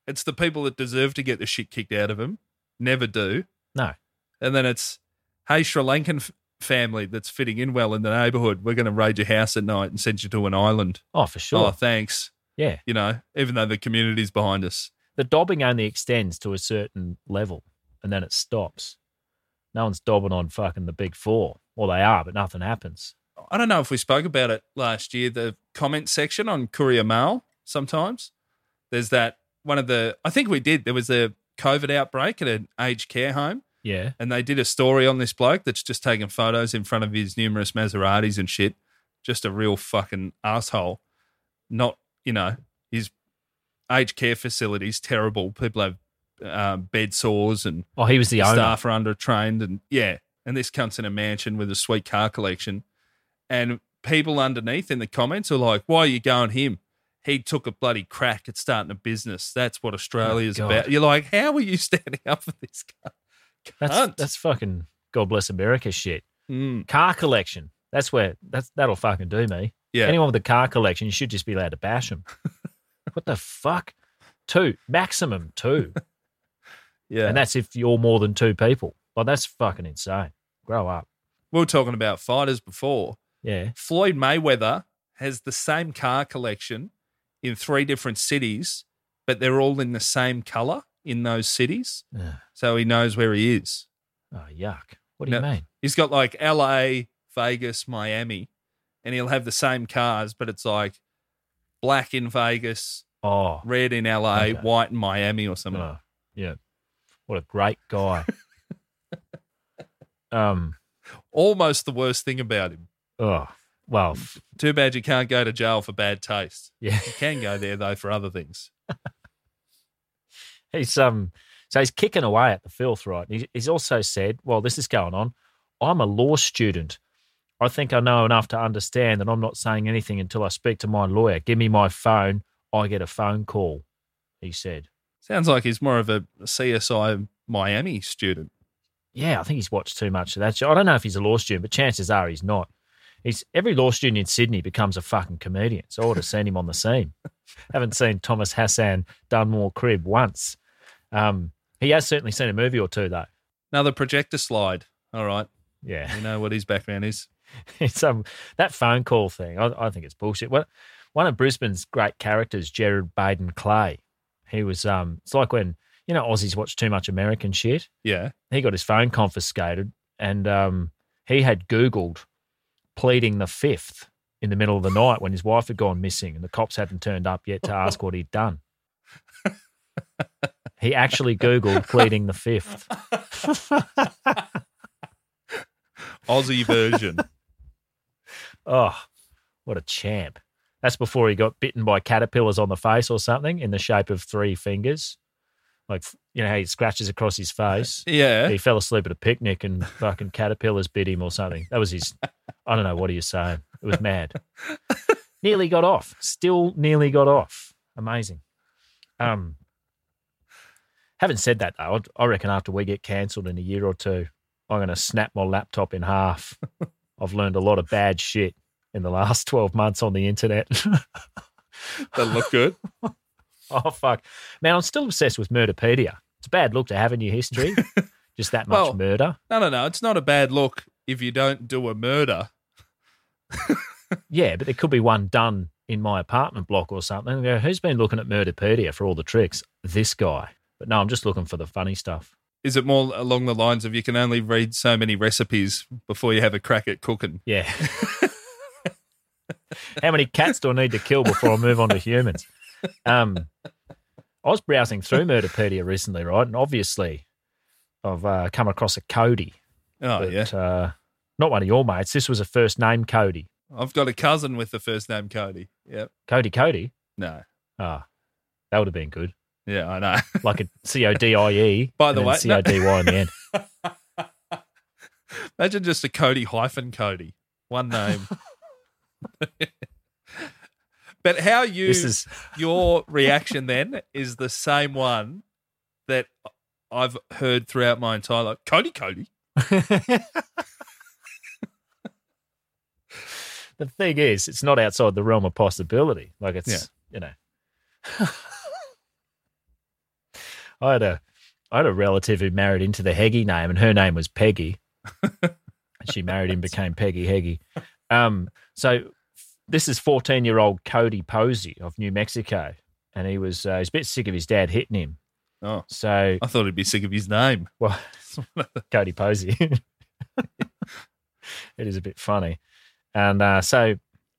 [SPEAKER 2] It's the people that deserve to get the shit kicked out of them never do,
[SPEAKER 3] No.
[SPEAKER 2] and then it's hey Sri Lankan f- family that's fitting in well in the neighbourhood. We're going to raid your house at night and send you to an island.
[SPEAKER 3] Oh, for
[SPEAKER 2] Oh,
[SPEAKER 3] sure.
[SPEAKER 2] thanks.
[SPEAKER 3] yeah.
[SPEAKER 2] You know, even though the community's behind us.
[SPEAKER 3] The dobbing only extends to a certain level and then it stops. No one's dobbing on fucking the big four. Well, they are, but nothing happens.
[SPEAKER 2] I don't know if we spoke about it last year, the comment section on Courier Mail sometimes. There's that one of the, I think we did, there was a COVID outbreak at an aged care home,
[SPEAKER 3] Yeah.
[SPEAKER 2] and they did a story on this bloke that's just taking photos in front of his numerous Maseratis and shit. Just a real fucking asshole. Not, you know, his aged care facility's terrible. People have um, bed sores and
[SPEAKER 3] Oh, he was the
[SPEAKER 2] the
[SPEAKER 3] owner.
[SPEAKER 2] staff are undertrained and yeah and this cunt's in a mansion with a sweet car collection and people underneath in the comments are like why are you going him he took a bloody crack at starting a business that's what australia's
[SPEAKER 3] Oh, God.
[SPEAKER 2] about you're like how are you standing up for this guy
[SPEAKER 3] That's
[SPEAKER 2] cunt.
[SPEAKER 3] that's fucking God bless America shit.
[SPEAKER 2] Mm,
[SPEAKER 3] Car collection. That's where that's that'll fucking do me.
[SPEAKER 2] yeah
[SPEAKER 3] Anyone with a car collection, you should just be allowed to bash them. what the fuck? Two, maximum two.
[SPEAKER 2] yeah
[SPEAKER 3] And that's if you're more than two people. Well, that's fucking insane. Grow up.
[SPEAKER 2] we were talking about fighters before
[SPEAKER 3] Yeah.
[SPEAKER 2] floyd mayweather has the same car collection in three different cities but they're all in the same color in those cities
[SPEAKER 3] Ugh.
[SPEAKER 2] so he knows where he is
[SPEAKER 3] Oh, yuck. What do you
[SPEAKER 2] No.
[SPEAKER 3] mean?
[SPEAKER 2] He's got like LA, Vegas, Miami, and he'll have the same cars, but it's like black in Vegas,
[SPEAKER 3] Oh,
[SPEAKER 2] red in LA,
[SPEAKER 3] Okay.
[SPEAKER 2] white in Miami or something.
[SPEAKER 3] oh, yeah. What a great guy. um.
[SPEAKER 2] Almost the worst thing about him.
[SPEAKER 3] Oh, well. f-
[SPEAKER 2] Too bad you can't go to jail for bad taste.
[SPEAKER 3] Yeah.
[SPEAKER 2] You can go there though for other things.
[SPEAKER 3] He's um. So he's kicking away at the filth, right? He's, he's also said, "Well, this is going on. I'm a law student. I think I know enough to understand that I'm not saying anything until I speak to my lawyer. Give me my phone. I get a phone call." He said.
[SPEAKER 2] Sounds like he's more of a CSI Miami student.
[SPEAKER 3] Yeah, I think he's watched too much of that show. I don't know if he's a law student, but chances are he's not. He's every law student in Sydney becomes a fucking comedian. So I would have seen him on the scene. Haven't seen Thomas Hassan Dunmore crib once. Um, he has certainly seen a movie or two though.
[SPEAKER 2] Another projector slide. All right.
[SPEAKER 3] Yeah,
[SPEAKER 2] You know what his background is.
[SPEAKER 3] it's um that phone call thing. I, I think it's bullshit. What one of Brisbane's great characters, Gerard Baden Clay. He was um. It's like when you know Aussies watch too much American shit.
[SPEAKER 2] Yeah.
[SPEAKER 3] he got his phone confiscated and um, he had Googled pleading the fifth in the middle of the night when his wife had gone missing and the cops hadn't turned up yet to ask what he'd done. he actually Googled pleading the fifth.
[SPEAKER 2] Aussie version.
[SPEAKER 3] Oh, what a champ. That's before he got bitten by caterpillars on the face or something in the shape of three fingers. Like, you know, how he scratches across his face.
[SPEAKER 2] yeah.
[SPEAKER 3] He fell asleep at a picnic and fucking caterpillars bit him or something. That was his. I don't know what he was saying. It was mad. nearly got off. Still nearly got off. Amazing. Um. Having said that, though, I I reckon after we get cancelled in a year or two, I'm going to snap my laptop in half. I've learned a lot of bad shit in the last 12 months on the internet.
[SPEAKER 2] That look good.
[SPEAKER 3] oh, fuck. Man, I'm still obsessed with Murderpedia. It's a bad look to have in your history. Just that much
[SPEAKER 2] Well,
[SPEAKER 3] murder.
[SPEAKER 2] No, no, no. It's not a bad look if you don't do a murder.
[SPEAKER 3] Yeah, but there could be one done in my apartment block or something. You know, Who's been looking at Murderpedia for all the tricks? This guy. But no, I'm just looking for the funny stuff.
[SPEAKER 2] Is it more along the lines of you can only read so many recipes before you have a crack at cooking?
[SPEAKER 3] Yeah. How many cats do I need to kill before I move on to humans? Um, I was browsing through Murderpedia recently, right? And obviously, I've uh, come across a Cody.
[SPEAKER 2] Oh,
[SPEAKER 3] but,
[SPEAKER 2] yeah.
[SPEAKER 3] Uh, not one of your mates. This was a first name Cody.
[SPEAKER 2] I've got a cousin with the first name Cody. Yep.
[SPEAKER 3] Cody Cody.
[SPEAKER 2] No.
[SPEAKER 3] Ah, that would have been good.
[SPEAKER 2] Yeah, I know.
[SPEAKER 3] Like a C O D I E.
[SPEAKER 2] By the
[SPEAKER 3] and then
[SPEAKER 2] way, no-
[SPEAKER 3] C O D Y in the end.
[SPEAKER 2] Imagine just a Cody hyphen Cody, one name. but how you
[SPEAKER 3] This is
[SPEAKER 2] your reaction then is the same one that I've heard throughout my entire life. Cody, Cody.
[SPEAKER 3] the thing is, it's not outside the realm of possibility. Like it's
[SPEAKER 2] Yeah.
[SPEAKER 3] you know. I had a I had a relative who married into the Heggy name and her name was Peggy. she married him, became Peggy Heggy. Um, so this is 14 year old Cody Posey of New Mexico. And he was uh, he's a bit sick of his dad hitting him.
[SPEAKER 2] Oh,
[SPEAKER 3] So
[SPEAKER 2] I thought he'd be sick of his name.
[SPEAKER 3] well, Cody Posey. it is a bit funny. And uh, so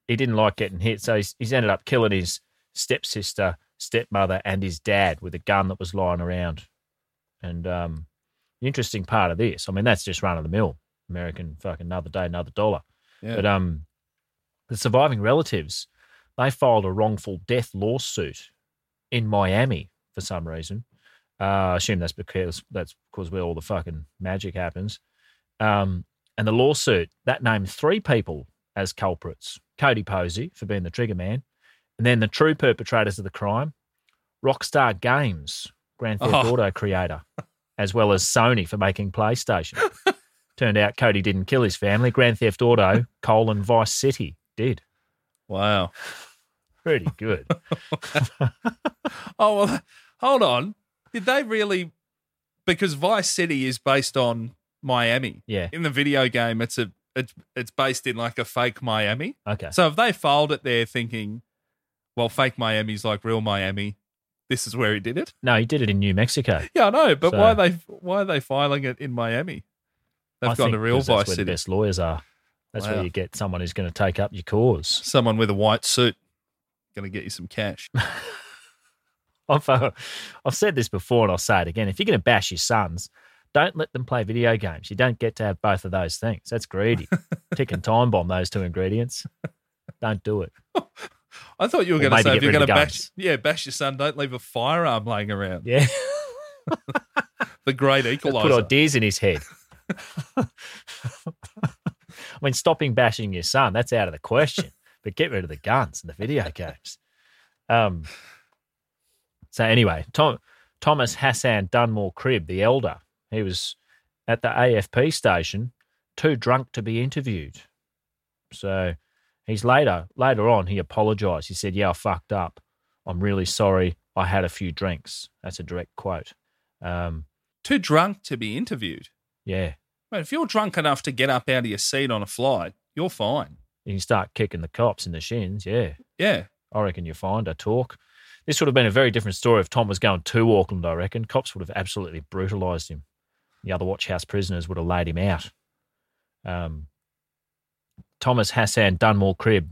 [SPEAKER 3] he didn't like getting hit. So he's, he's ended up killing his stepsister, stepmother, and his dad with a gun that was lying around. And um, the interesting part of this, I mean, that's just run of the mill American fucking another day, another dollar.
[SPEAKER 2] Yeah.
[SPEAKER 3] But um, the surviving relatives, they filed a wrongful death lawsuit in Miami for some reason. Uh, I assume that's because that's because where all the fucking magic happens. Um, and the lawsuit that named three people as culprits: Cody Posey for being the trigger man, and then the true perpetrators of the crime, Rockstar Games, Grand Theft
[SPEAKER 2] Oh.
[SPEAKER 3] Auto creator, as well as Sony for making PlayStation. Turned out Cody didn't kill his family. Grand Theft Auto, colon Vice City did.
[SPEAKER 2] Wow.
[SPEAKER 3] Pretty good.
[SPEAKER 2] Oh, well, hold on. Did they really? Because Vice City is based on Miami.
[SPEAKER 3] Yeah.
[SPEAKER 2] In the video game, it's a it's it's based in like a fake Miami.
[SPEAKER 3] Okay.
[SPEAKER 2] So if they filed it there thinking, well, fake Miami's like real Miami, this is where he did it.
[SPEAKER 3] No, he did it in New Mexico.
[SPEAKER 2] Yeah, I know, but
[SPEAKER 3] So-
[SPEAKER 2] why are they why are they filing it in Miami? They've
[SPEAKER 3] I
[SPEAKER 2] gone
[SPEAKER 3] think
[SPEAKER 2] to real
[SPEAKER 3] because that's
[SPEAKER 2] Vice
[SPEAKER 3] where the
[SPEAKER 2] City.
[SPEAKER 3] best lawyers are. That's
[SPEAKER 2] Wow.
[SPEAKER 3] where you get someone who's going to take up your cause.
[SPEAKER 2] Someone with a white suit going to get you some cash.
[SPEAKER 3] I've, uh, I've said this before and I'll say it again. If you're going to bash your sons, don't let them play video games. You don't get to have both of those things. That's greedy. Tick and time bomb those two ingredients. Don't do it.
[SPEAKER 2] I thought you were
[SPEAKER 3] Or
[SPEAKER 2] going to
[SPEAKER 3] maybe
[SPEAKER 2] say
[SPEAKER 3] get
[SPEAKER 2] if you're
[SPEAKER 3] rid
[SPEAKER 2] going
[SPEAKER 3] of
[SPEAKER 2] to
[SPEAKER 3] the
[SPEAKER 2] bash,
[SPEAKER 3] guns.
[SPEAKER 2] yeah, bash your son. Don't leave a firearm laying around.
[SPEAKER 3] Yeah.
[SPEAKER 2] The great
[SPEAKER 3] Put
[SPEAKER 2] equalizer.
[SPEAKER 3] ideas in his head. I mean, stopping bashing your son, that's out of the question. but get rid of the guns and the video games. Um, so anyway, Tom, Thomas Hassan Dunmore Cribb, the elder, he was at the AFP station, too drunk to be interviewed. So he's later later on he apologized. He said, "Yeah, I fucked up. I'm really sorry. I had a few drinks." That's a direct quote. Um,
[SPEAKER 2] Too drunk to be interviewed.
[SPEAKER 3] yeah,
[SPEAKER 2] Mate, if you're drunk enough to get up out of your seat on a flight, you're fine.
[SPEAKER 3] you can start kicking the cops in the shins. Yeah,
[SPEAKER 2] Yeah.
[SPEAKER 3] I reckon you find a talk. This would have been a very different story if Tom was going to Auckland. I reckon cops would have absolutely brutalised him. The other watch house prisoners would have laid him out. Um, Thomas Hassan Dunmore Crib,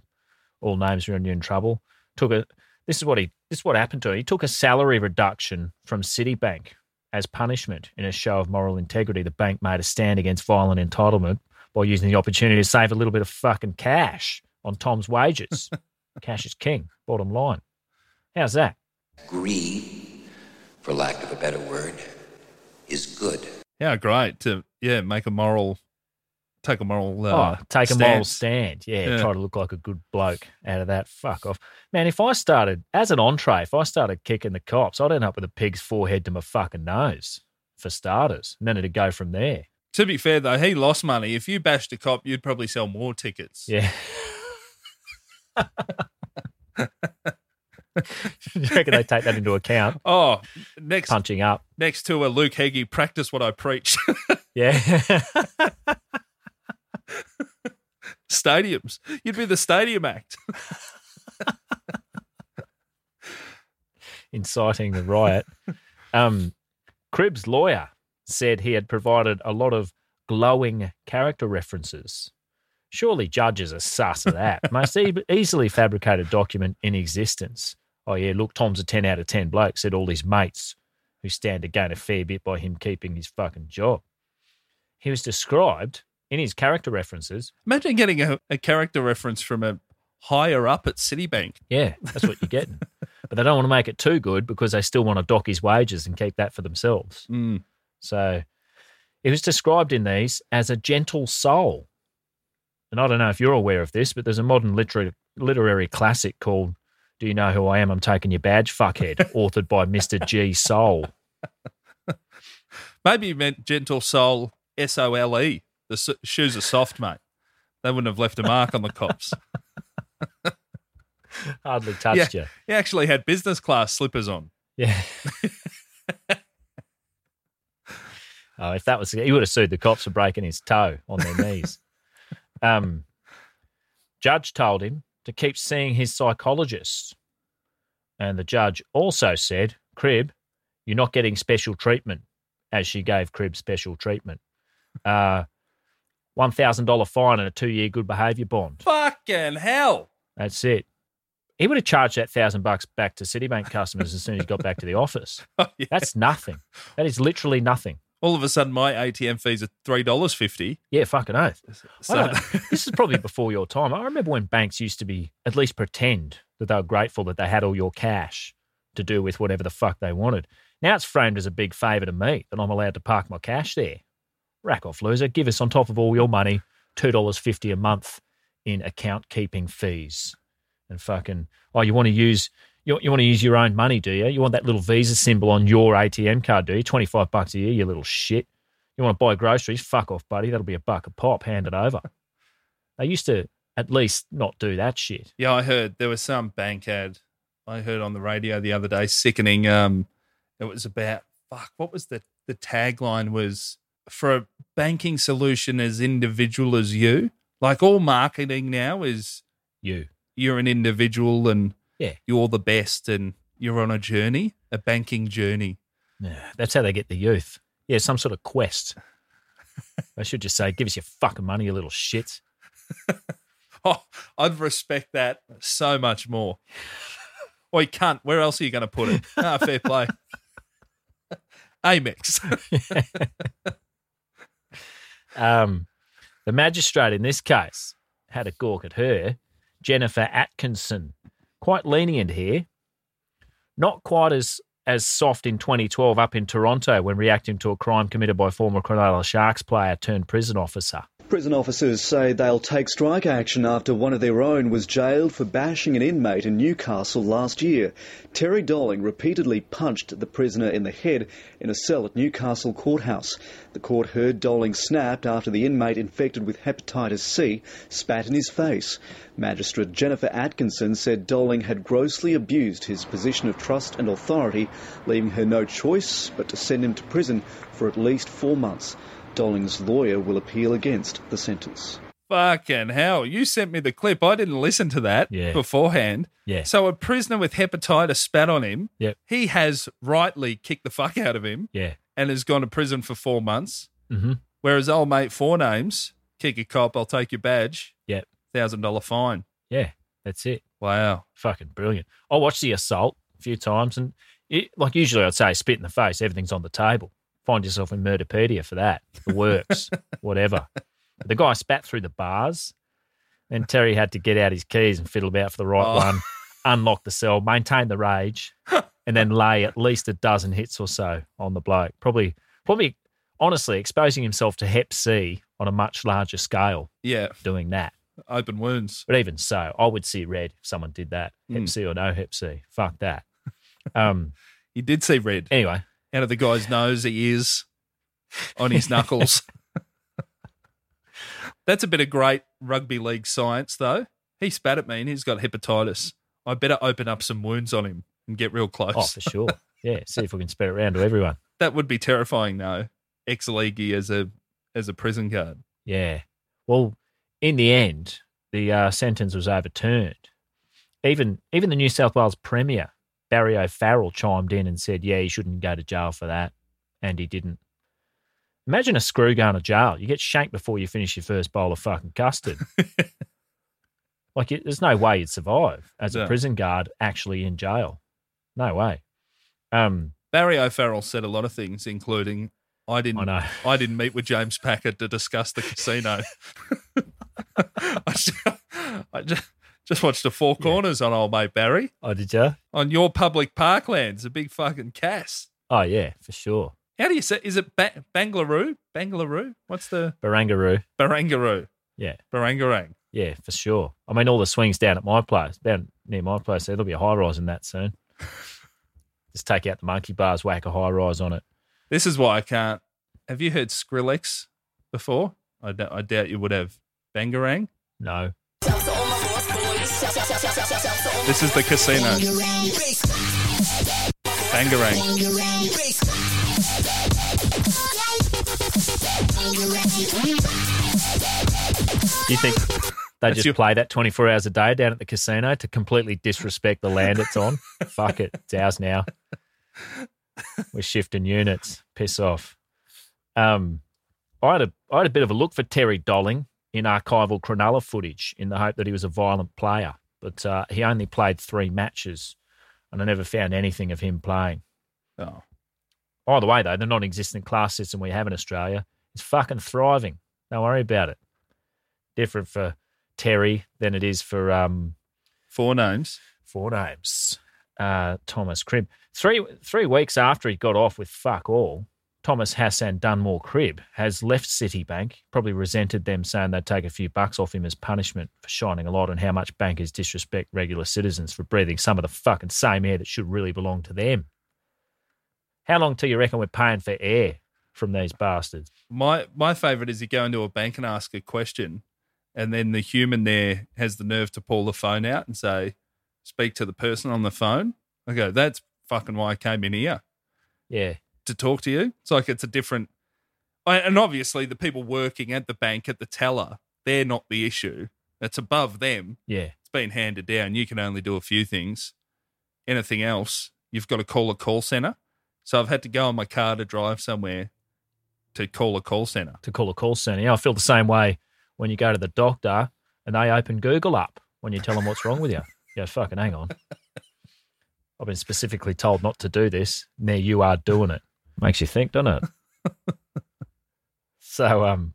[SPEAKER 3] all names are in in trouble. Took a this is what he this is what happened to him. He took a salary reduction from Citibank as punishment in a show of moral integrity. The bank made a stand against violent entitlement by using the opportunity to save a little bit of fucking cash on Tom's wages. cash is king. Bottom line, how's that?
[SPEAKER 10] Greed, for lack of a better word, is good.
[SPEAKER 2] How great to, yeah, make a moral, take a moral, uh,
[SPEAKER 3] oh, take a moral
[SPEAKER 2] stance.
[SPEAKER 3] stand. Yeah,
[SPEAKER 2] Yeah.
[SPEAKER 3] try to look like a good bloke out of that. Fuck off, man. If I started as an entree, if I started kicking the cops, I'd end up with a pig's forehead to my fucking nose for starters, and then it'd go from there.
[SPEAKER 2] To be fair, though, he lost money. If you bashed a cop, you'd probably sell more tickets.
[SPEAKER 3] Yeah. you reckon they take that into account?
[SPEAKER 2] Oh, next
[SPEAKER 3] Punching up.
[SPEAKER 2] next to a Luke Heggie, practice what I preach.
[SPEAKER 3] Yeah.
[SPEAKER 2] Stadiums. You'd be the stadium act.
[SPEAKER 3] Inciting the riot. Um, Cribb's lawyer said he had provided a lot of glowing character references. Surely judges are sus of that. Most e- easily fabricated document in existence. Oh, yeah, look, Tom's a 10 out of 10 bloke, said all his mates who stand to gain a fair bit by him keeping his fucking job. He was described in his character references.
[SPEAKER 2] Imagine getting a, a character reference from a higher up at Citibank.
[SPEAKER 3] Yeah, that's what you're getting. but they don't want to make it too good because they still want to dock his wages and keep that for themselves.
[SPEAKER 2] Mm.
[SPEAKER 3] So it was described in these as a gentle soul. And I don't know if you're aware of this, but there's a modern literary, literary classic called Do You Know Who I Am? I'm Taking Your Badge, Fuckhead, authored by Mr. G. Soul.
[SPEAKER 2] Maybe you meant gentle soul, S O L E. The s- shoes are soft, mate. They wouldn't have left a mark on the cops.
[SPEAKER 3] Hardly touched you.
[SPEAKER 2] He actually had business class slippers on.
[SPEAKER 3] Yeah. oh, if that was he would have sued the cops for breaking his toe on their knees. Um, judge told him to keep seeing his psychologist, and the judge also said, "Crib, you're not getting special treatment," as she gave Crib special treatment. Uh, one thousand dollar fine and a two year good behaviour bond.
[SPEAKER 2] Fucking hell.
[SPEAKER 3] That's it. He would have charged that thousand bucks back to Citibank customers as soon as he got back to the office.
[SPEAKER 2] Oh, yeah.
[SPEAKER 3] That's nothing. That is literally nothing.
[SPEAKER 2] All of a sudden, my ATM fees are $3.50.
[SPEAKER 3] Yeah, fucking oath. I
[SPEAKER 2] So,
[SPEAKER 3] don't know. this is probably before your time. I remember when banks used to be at least pretend that they were grateful that they had all your cash to do with whatever the fuck they wanted. Now it's framed as a big favour to me that I'm allowed to park my cash there. Rack off, loser. Give us on top of all your money two dollars fifty a month in account keeping fees. And fucking oh, you want to use you, you want to use your own money, do you? You want that little Visa symbol on your ATM card, do you? Twenty five bucks a year, you little shit. You want to buy groceries? Fuck off, buddy. That'll be a buck a pop. Hand it over. They used to at least not do that shit.
[SPEAKER 2] yeah, I heard there was some bank ad I heard on the radio the other day, sickening. Um, It was about, fuck, what was the, the tagline was for a banking solution as individual as you? Like all marketing now is
[SPEAKER 3] You.
[SPEAKER 2] you're an individual and
[SPEAKER 3] Yeah.
[SPEAKER 2] you're the best and you're on a journey, a banking journey.
[SPEAKER 3] Yeah, that's how they get the youth. Yeah, some sort of quest. I should just say, give us your fucking money, you little shits.
[SPEAKER 2] Oh, I'd respect that so much more. Oi, cunt, where else are you going to put it? Ah, fair play. Amex.
[SPEAKER 3] Um, the magistrate in this case had a gawk at her, Jennifer Atkinson. Quite lenient here. Not quite as as soft in 2012 up in Toronto when reacting to a crime committed by former Cronulla Sharks player turned prison officer.
[SPEAKER 11] Prison officers say they'll take strike action after one of their own was jailed for bashing an inmate in Newcastle last year. Terry Dolling repeatedly punched the prisoner in the head in a cell at Newcastle Courthouse. The court heard Dolling snapped after the inmate infected with hepatitis C spat in his face. Magistrate Jennifer Atkinson said Dolling had grossly abused his position of trust and authority, leaving her no choice but to send him to prison for at least four months. Dolling's lawyer will appeal against the sentence.
[SPEAKER 2] Fucking hell. You sent me the clip. I didn't listen to that
[SPEAKER 3] Yeah.
[SPEAKER 2] beforehand.
[SPEAKER 3] Yeah.
[SPEAKER 2] So a prisoner with hepatitis spat on him.
[SPEAKER 3] Yep.
[SPEAKER 2] He has rightly kicked the fuck out of him
[SPEAKER 3] Yeah.
[SPEAKER 2] and has gone to prison for four months.
[SPEAKER 3] Mm-hmm.
[SPEAKER 2] Whereas old mate four names, kick a cop, I'll take your badge,
[SPEAKER 3] Yeah.
[SPEAKER 2] thousand dollar fine.
[SPEAKER 3] Yeah. That's it.
[SPEAKER 2] Wow.
[SPEAKER 3] Fucking brilliant. I watched the assault a few times and it, like usually I'd say spit in the face, everything's on the table. Find yourself in Murderpedia for that. The works, whatever. But the guy spat through the bars. Then Terry had to get out his keys and fiddle about for the right
[SPEAKER 2] Oh.
[SPEAKER 3] one, unlock the cell, maintain the rage, and then lay at least a dozen hits or so on the bloke. Probably, probably, honestly, exposing himself to Hep C on a much larger scale
[SPEAKER 2] Yeah.
[SPEAKER 3] doing that.
[SPEAKER 2] Open wounds.
[SPEAKER 3] But even so, I would see red if someone did that. Hep
[SPEAKER 2] Mm.
[SPEAKER 3] C or no Hep C. Fuck that. Um,
[SPEAKER 2] He did see red
[SPEAKER 3] anyway,
[SPEAKER 2] out of the guy's nose, ears, on his knuckles. That's a bit of great rugby league science, though. He spat at me and he's got hepatitis. I better open up some wounds on him and get real close.
[SPEAKER 3] oh, for sure. Yeah, see if we can spread it around to everyone.
[SPEAKER 2] That would be terrifying, though. Ex leaguey as a as a prison guard.
[SPEAKER 3] Yeah. Well, in the end, the uh, sentence was overturned. Even even the New South Wales Premier, Barry O'Farrell, chimed in and said, yeah, he shouldn't go to jail for that. And he didn't. Imagine a screw going to jail. You get shanked before you finish your first bowl of fucking custard. like, it, there's no way you'd survive as
[SPEAKER 2] No.
[SPEAKER 3] a prison guard actually in jail. No way. Um,
[SPEAKER 2] Barry O'Farrell said a lot of things, including I
[SPEAKER 3] I
[SPEAKER 2] didn't
[SPEAKER 3] know.
[SPEAKER 2] I didn't meet with James Packer to discuss the casino. I, just, I ju- just watched the Four Corners on old mate Barry
[SPEAKER 3] Oh, did you?
[SPEAKER 2] on your public parklands. A big fucking cass.
[SPEAKER 3] Oh, yeah, for sure.
[SPEAKER 2] How do you say? Is it ba- Bangalore? Bangalore? What's the
[SPEAKER 3] Barangaroo.
[SPEAKER 2] Barangaroo?
[SPEAKER 3] Yeah.
[SPEAKER 2] Barangarang.
[SPEAKER 3] Yeah, for sure. I mean, all the swings down at my place, down near my place, there'll be a high rise in that soon. Just take out the monkey bars, whack a high rise on it.
[SPEAKER 2] This is why I can't. Have you heard Skrillex before? I, d- I doubt you would have. Bangarang.
[SPEAKER 3] No.
[SPEAKER 2] This is the casino. Bangarang.
[SPEAKER 3] You think they
[SPEAKER 2] That's
[SPEAKER 3] just
[SPEAKER 2] your-
[SPEAKER 3] play that 24 hours a day down at the casino to completely disrespect the land it's on? Fuck it. It's ours now. We're shifting units. Piss off. Um, I had a I had a bit of a look for Terry Dolling in archival Cronulla footage in the hope that he was a violent player, but uh, he only played three matches, and I never found anything of him playing.
[SPEAKER 2] Oh,
[SPEAKER 3] By the way, though, the non-existent class system we have in Australia is fucking thriving. Don't worry about it. Different for Terry than it is for um,
[SPEAKER 2] four names.
[SPEAKER 3] four names. Uh, Thomas Cribb. Three three weeks after he got off with fuck all, Thomas Hassan Dunmore Cribb has left Citibank. Probably resented them saying they'd take a few bucks off him as punishment for shining a light on how much bankers disrespect regular citizens for breathing some of the fucking same air that should really belong to them. How long till you reckon we're paying for air from these bastards?
[SPEAKER 2] My my favorite is you go into a bank and ask a question, and then the human there has the nerve to pull the phone out and say, "Speak to the person on the phone." I go, "That's fucking why I came in here
[SPEAKER 3] Yeah,
[SPEAKER 2] to talk to you." It's like it's a different, I- and obviously the people working at the bank at the teller, they're not the issue. That's above them.
[SPEAKER 3] yeah,
[SPEAKER 2] It's been handed down. You can only do a few things. Anything else, you've got to call a call center. So I've had to go on my car to drive somewhere, to call a call center.
[SPEAKER 3] to call a call center. You know, I feel the same way when you go to the doctor and they open Google up when you tell them what's wrong with you. You go, fucking hang on. I've been specifically told not to do this. Now you are doing it. Makes you think, doesn't it? so um,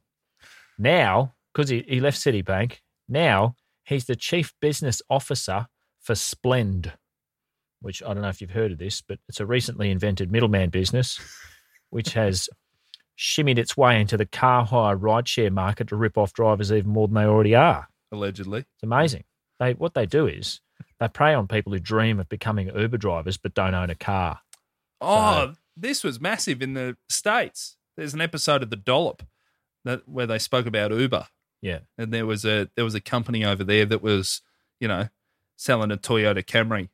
[SPEAKER 3] now, because he, he left Citibank, now he's the chief business officer for Splend, which I don't know if you've heard of this, but it's a recently invented middleman business, which has shimmied its way into the car hire rideshare market to rip off drivers even more than they already are.
[SPEAKER 2] Allegedly,
[SPEAKER 3] It's amazing. They what they do is they prey on people who dream of becoming Uber drivers but don't own a car.
[SPEAKER 2] Oh, this was massive in the states. There's an episode of The Dollop that where they spoke about Uber,
[SPEAKER 3] Yeah.
[SPEAKER 2] and there was a there was a company over there that was you know selling a Toyota Camry,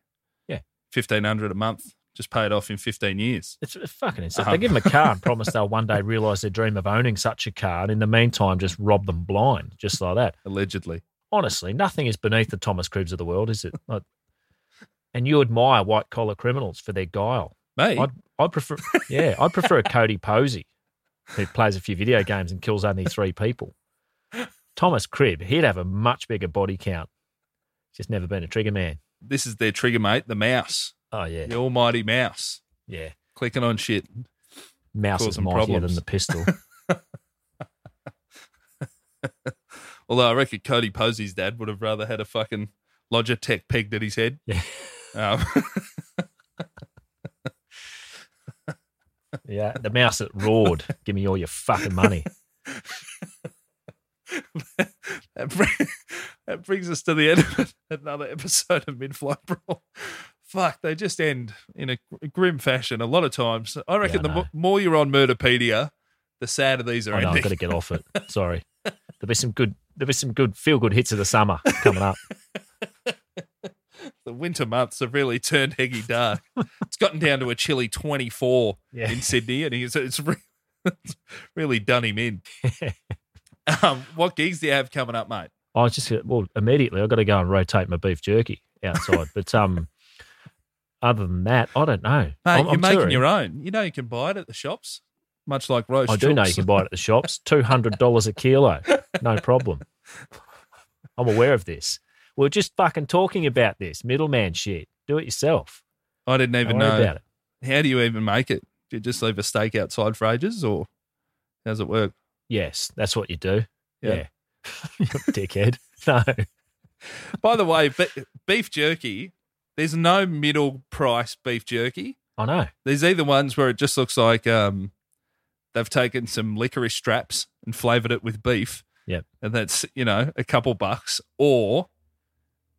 [SPEAKER 3] Yeah.
[SPEAKER 2] fifteen hundred a month, just paid off in fifteen years.
[SPEAKER 3] It's it's fucking insane.
[SPEAKER 2] Uh-huh.
[SPEAKER 3] They give them a car and promise they'll one day realise their dream of owning such a car and in the meantime just rob them blind, just like that.
[SPEAKER 2] Allegedly,
[SPEAKER 3] Honestly, nothing is beneath the Thomas Cribbs of the world, is it? Like, and you admire white collar criminals for their guile.
[SPEAKER 2] mate,
[SPEAKER 3] I'd, I'd prefer, yeah, I'd prefer a Cody Posey who plays a few video games and kills only three people. Thomas Cribb, he'd have a much bigger body count. Just never been a trigger man.
[SPEAKER 2] this is their trigger mate, the mouse,
[SPEAKER 3] Oh yeah,
[SPEAKER 2] the almighty mouse,
[SPEAKER 3] yeah.
[SPEAKER 2] clicking on shit.
[SPEAKER 3] Mouse is
[SPEAKER 2] Causing
[SPEAKER 3] mightier
[SPEAKER 2] problems.
[SPEAKER 3] than the pistol.
[SPEAKER 2] Although I reckon Cody Posey's dad would have rather had a fucking Logitech pegged at his head.
[SPEAKER 3] Yeah.
[SPEAKER 2] Um,
[SPEAKER 3] yeah, the mouse that roared, "Give me all your fucking money."
[SPEAKER 2] That, bring, that brings us to the end of another episode of Mid Flight Brawl. Fuck, they just end in a gr- grim fashion a lot of times. I reckon
[SPEAKER 3] I
[SPEAKER 2] the mo-
[SPEAKER 3] know.
[SPEAKER 2] more you're on Murderpedia, the sadder these are
[SPEAKER 3] I know I've
[SPEAKER 2] ending.
[SPEAKER 3] got to get off it. Sorry. There'll be some good. There'll be some good feel good hits of the summer coming up.
[SPEAKER 2] The winter months have really turned heggy dark. it's gotten down to a chilly 24
[SPEAKER 3] Yeah.
[SPEAKER 2] in Sydney, and he's, it's, re- it's really done him in. um, what gigs do you have coming up, mate?
[SPEAKER 3] I was just well immediately I've got to go and rotate my beef jerky outside. but um, other than that, I don't know.
[SPEAKER 2] Mate,
[SPEAKER 3] I'm,
[SPEAKER 2] you're
[SPEAKER 3] I'm
[SPEAKER 2] making
[SPEAKER 3] touring.
[SPEAKER 2] your own. You know you can buy it at the shops, much like roast.
[SPEAKER 3] I do know you
[SPEAKER 2] chops.
[SPEAKER 3] can buy it at the shops. Two hundred dollars a kilo, no problem. I'm aware of this. We're just fucking talking about this middleman shit. Do it yourself.
[SPEAKER 2] I didn't
[SPEAKER 3] Don't
[SPEAKER 2] even
[SPEAKER 3] worry
[SPEAKER 2] know.
[SPEAKER 3] about it.
[SPEAKER 2] How do you even make it? Do you just leave a steak outside for ages or how does it work?
[SPEAKER 3] Yes, that's what you do.
[SPEAKER 2] Yeah.
[SPEAKER 3] Yeah, You dickhead. No,
[SPEAKER 2] By the way, be- beef jerky, there's no middle price beef jerky.
[SPEAKER 3] I know.
[SPEAKER 2] There's either ones where it just looks like um, they've taken some licorice straps and flavored it with beef.
[SPEAKER 3] Yep.
[SPEAKER 2] And that's, you know, a couple bucks. Or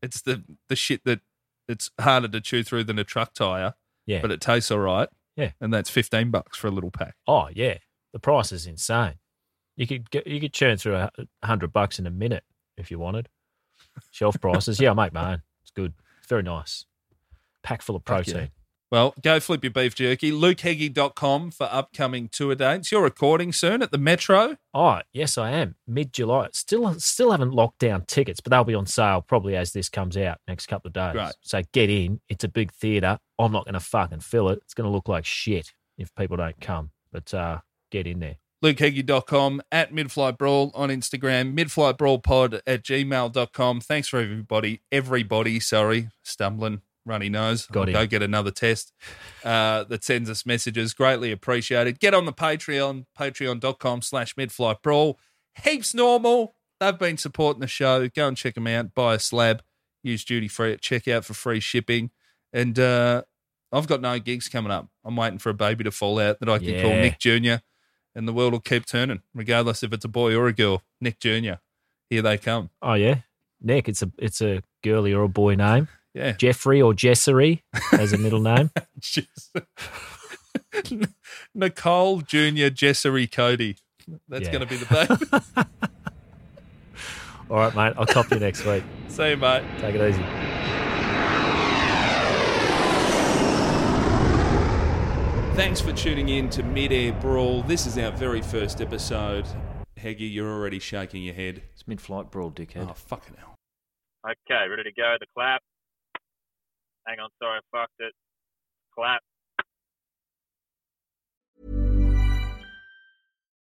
[SPEAKER 2] it's the, the shit that it's harder to chew through than a truck tire,
[SPEAKER 3] Yeah.
[SPEAKER 2] but it tastes all right.
[SPEAKER 3] Yeah.
[SPEAKER 2] And that's 15 bucks for a little pack.
[SPEAKER 3] oh yeah, the price is insane. You could get, you could churn through a hu- hundred bucks in a minute if you wanted. Shelf prices. yeah, I make mine. It's good. It's very nice. Pack full of
[SPEAKER 2] Fuck yeah.
[SPEAKER 3] protein.
[SPEAKER 2] Well, go flip your beef jerky. LukeHeggie.com for upcoming tour dates. You're recording soon at the Metro.
[SPEAKER 3] Oh, yes, I am. Mid July. Still still haven't locked down tickets, but they'll be on sale probably as this comes out next couple of days.
[SPEAKER 2] Great.
[SPEAKER 3] So get in. It's a big theatre. I'm not gonna fucking fill it. It's gonna look like shit if people don't come. But uh get in there.
[SPEAKER 2] LukeHeggie.com at Midflight Brawl on Instagram, Midflight Brawl Pod at gmail.com. Thanks for everybody, everybody, sorry, stumbling, runny nose.
[SPEAKER 3] Got
[SPEAKER 2] I'll
[SPEAKER 3] him.
[SPEAKER 2] Go get another test uh, that sends us messages. Greatly appreciated. Get on the Patreon, patreon.com slash midflight brawl. Heaps normal. They've been supporting the show. Go and check them out. Buy a slab. Use duty free at checkout for free shipping. And uh, I've got no gigs coming up. I'm waiting for a baby to fall out that I can call
[SPEAKER 3] Yeah.
[SPEAKER 2] Nick Jr. and the world will keep turning, regardless if it's a boy or a girl. Nick Jr. Here they come.
[SPEAKER 3] Oh yeah. Nick, it's a it's a girly or a boy name.
[SPEAKER 2] Yeah.
[SPEAKER 3] Jeffrey or Jessery as a middle name.
[SPEAKER 2] Jeez. Nicole Jr. Jessery Cody. That's
[SPEAKER 3] Yeah.
[SPEAKER 2] going to be the baby.
[SPEAKER 3] All right, mate. I'll cop you next week.
[SPEAKER 2] See you, mate.
[SPEAKER 3] Take it easy.
[SPEAKER 2] Thanks for tuning in to Mid Air Brawl. This is our very first episode. Heggy, you're already shaking your head.
[SPEAKER 3] It's mid flight brawl, dickhead.
[SPEAKER 2] Oh, fucking hell.
[SPEAKER 12] Okay, ready to go. The clap. Hang on, sorry, I fucked it. Clap.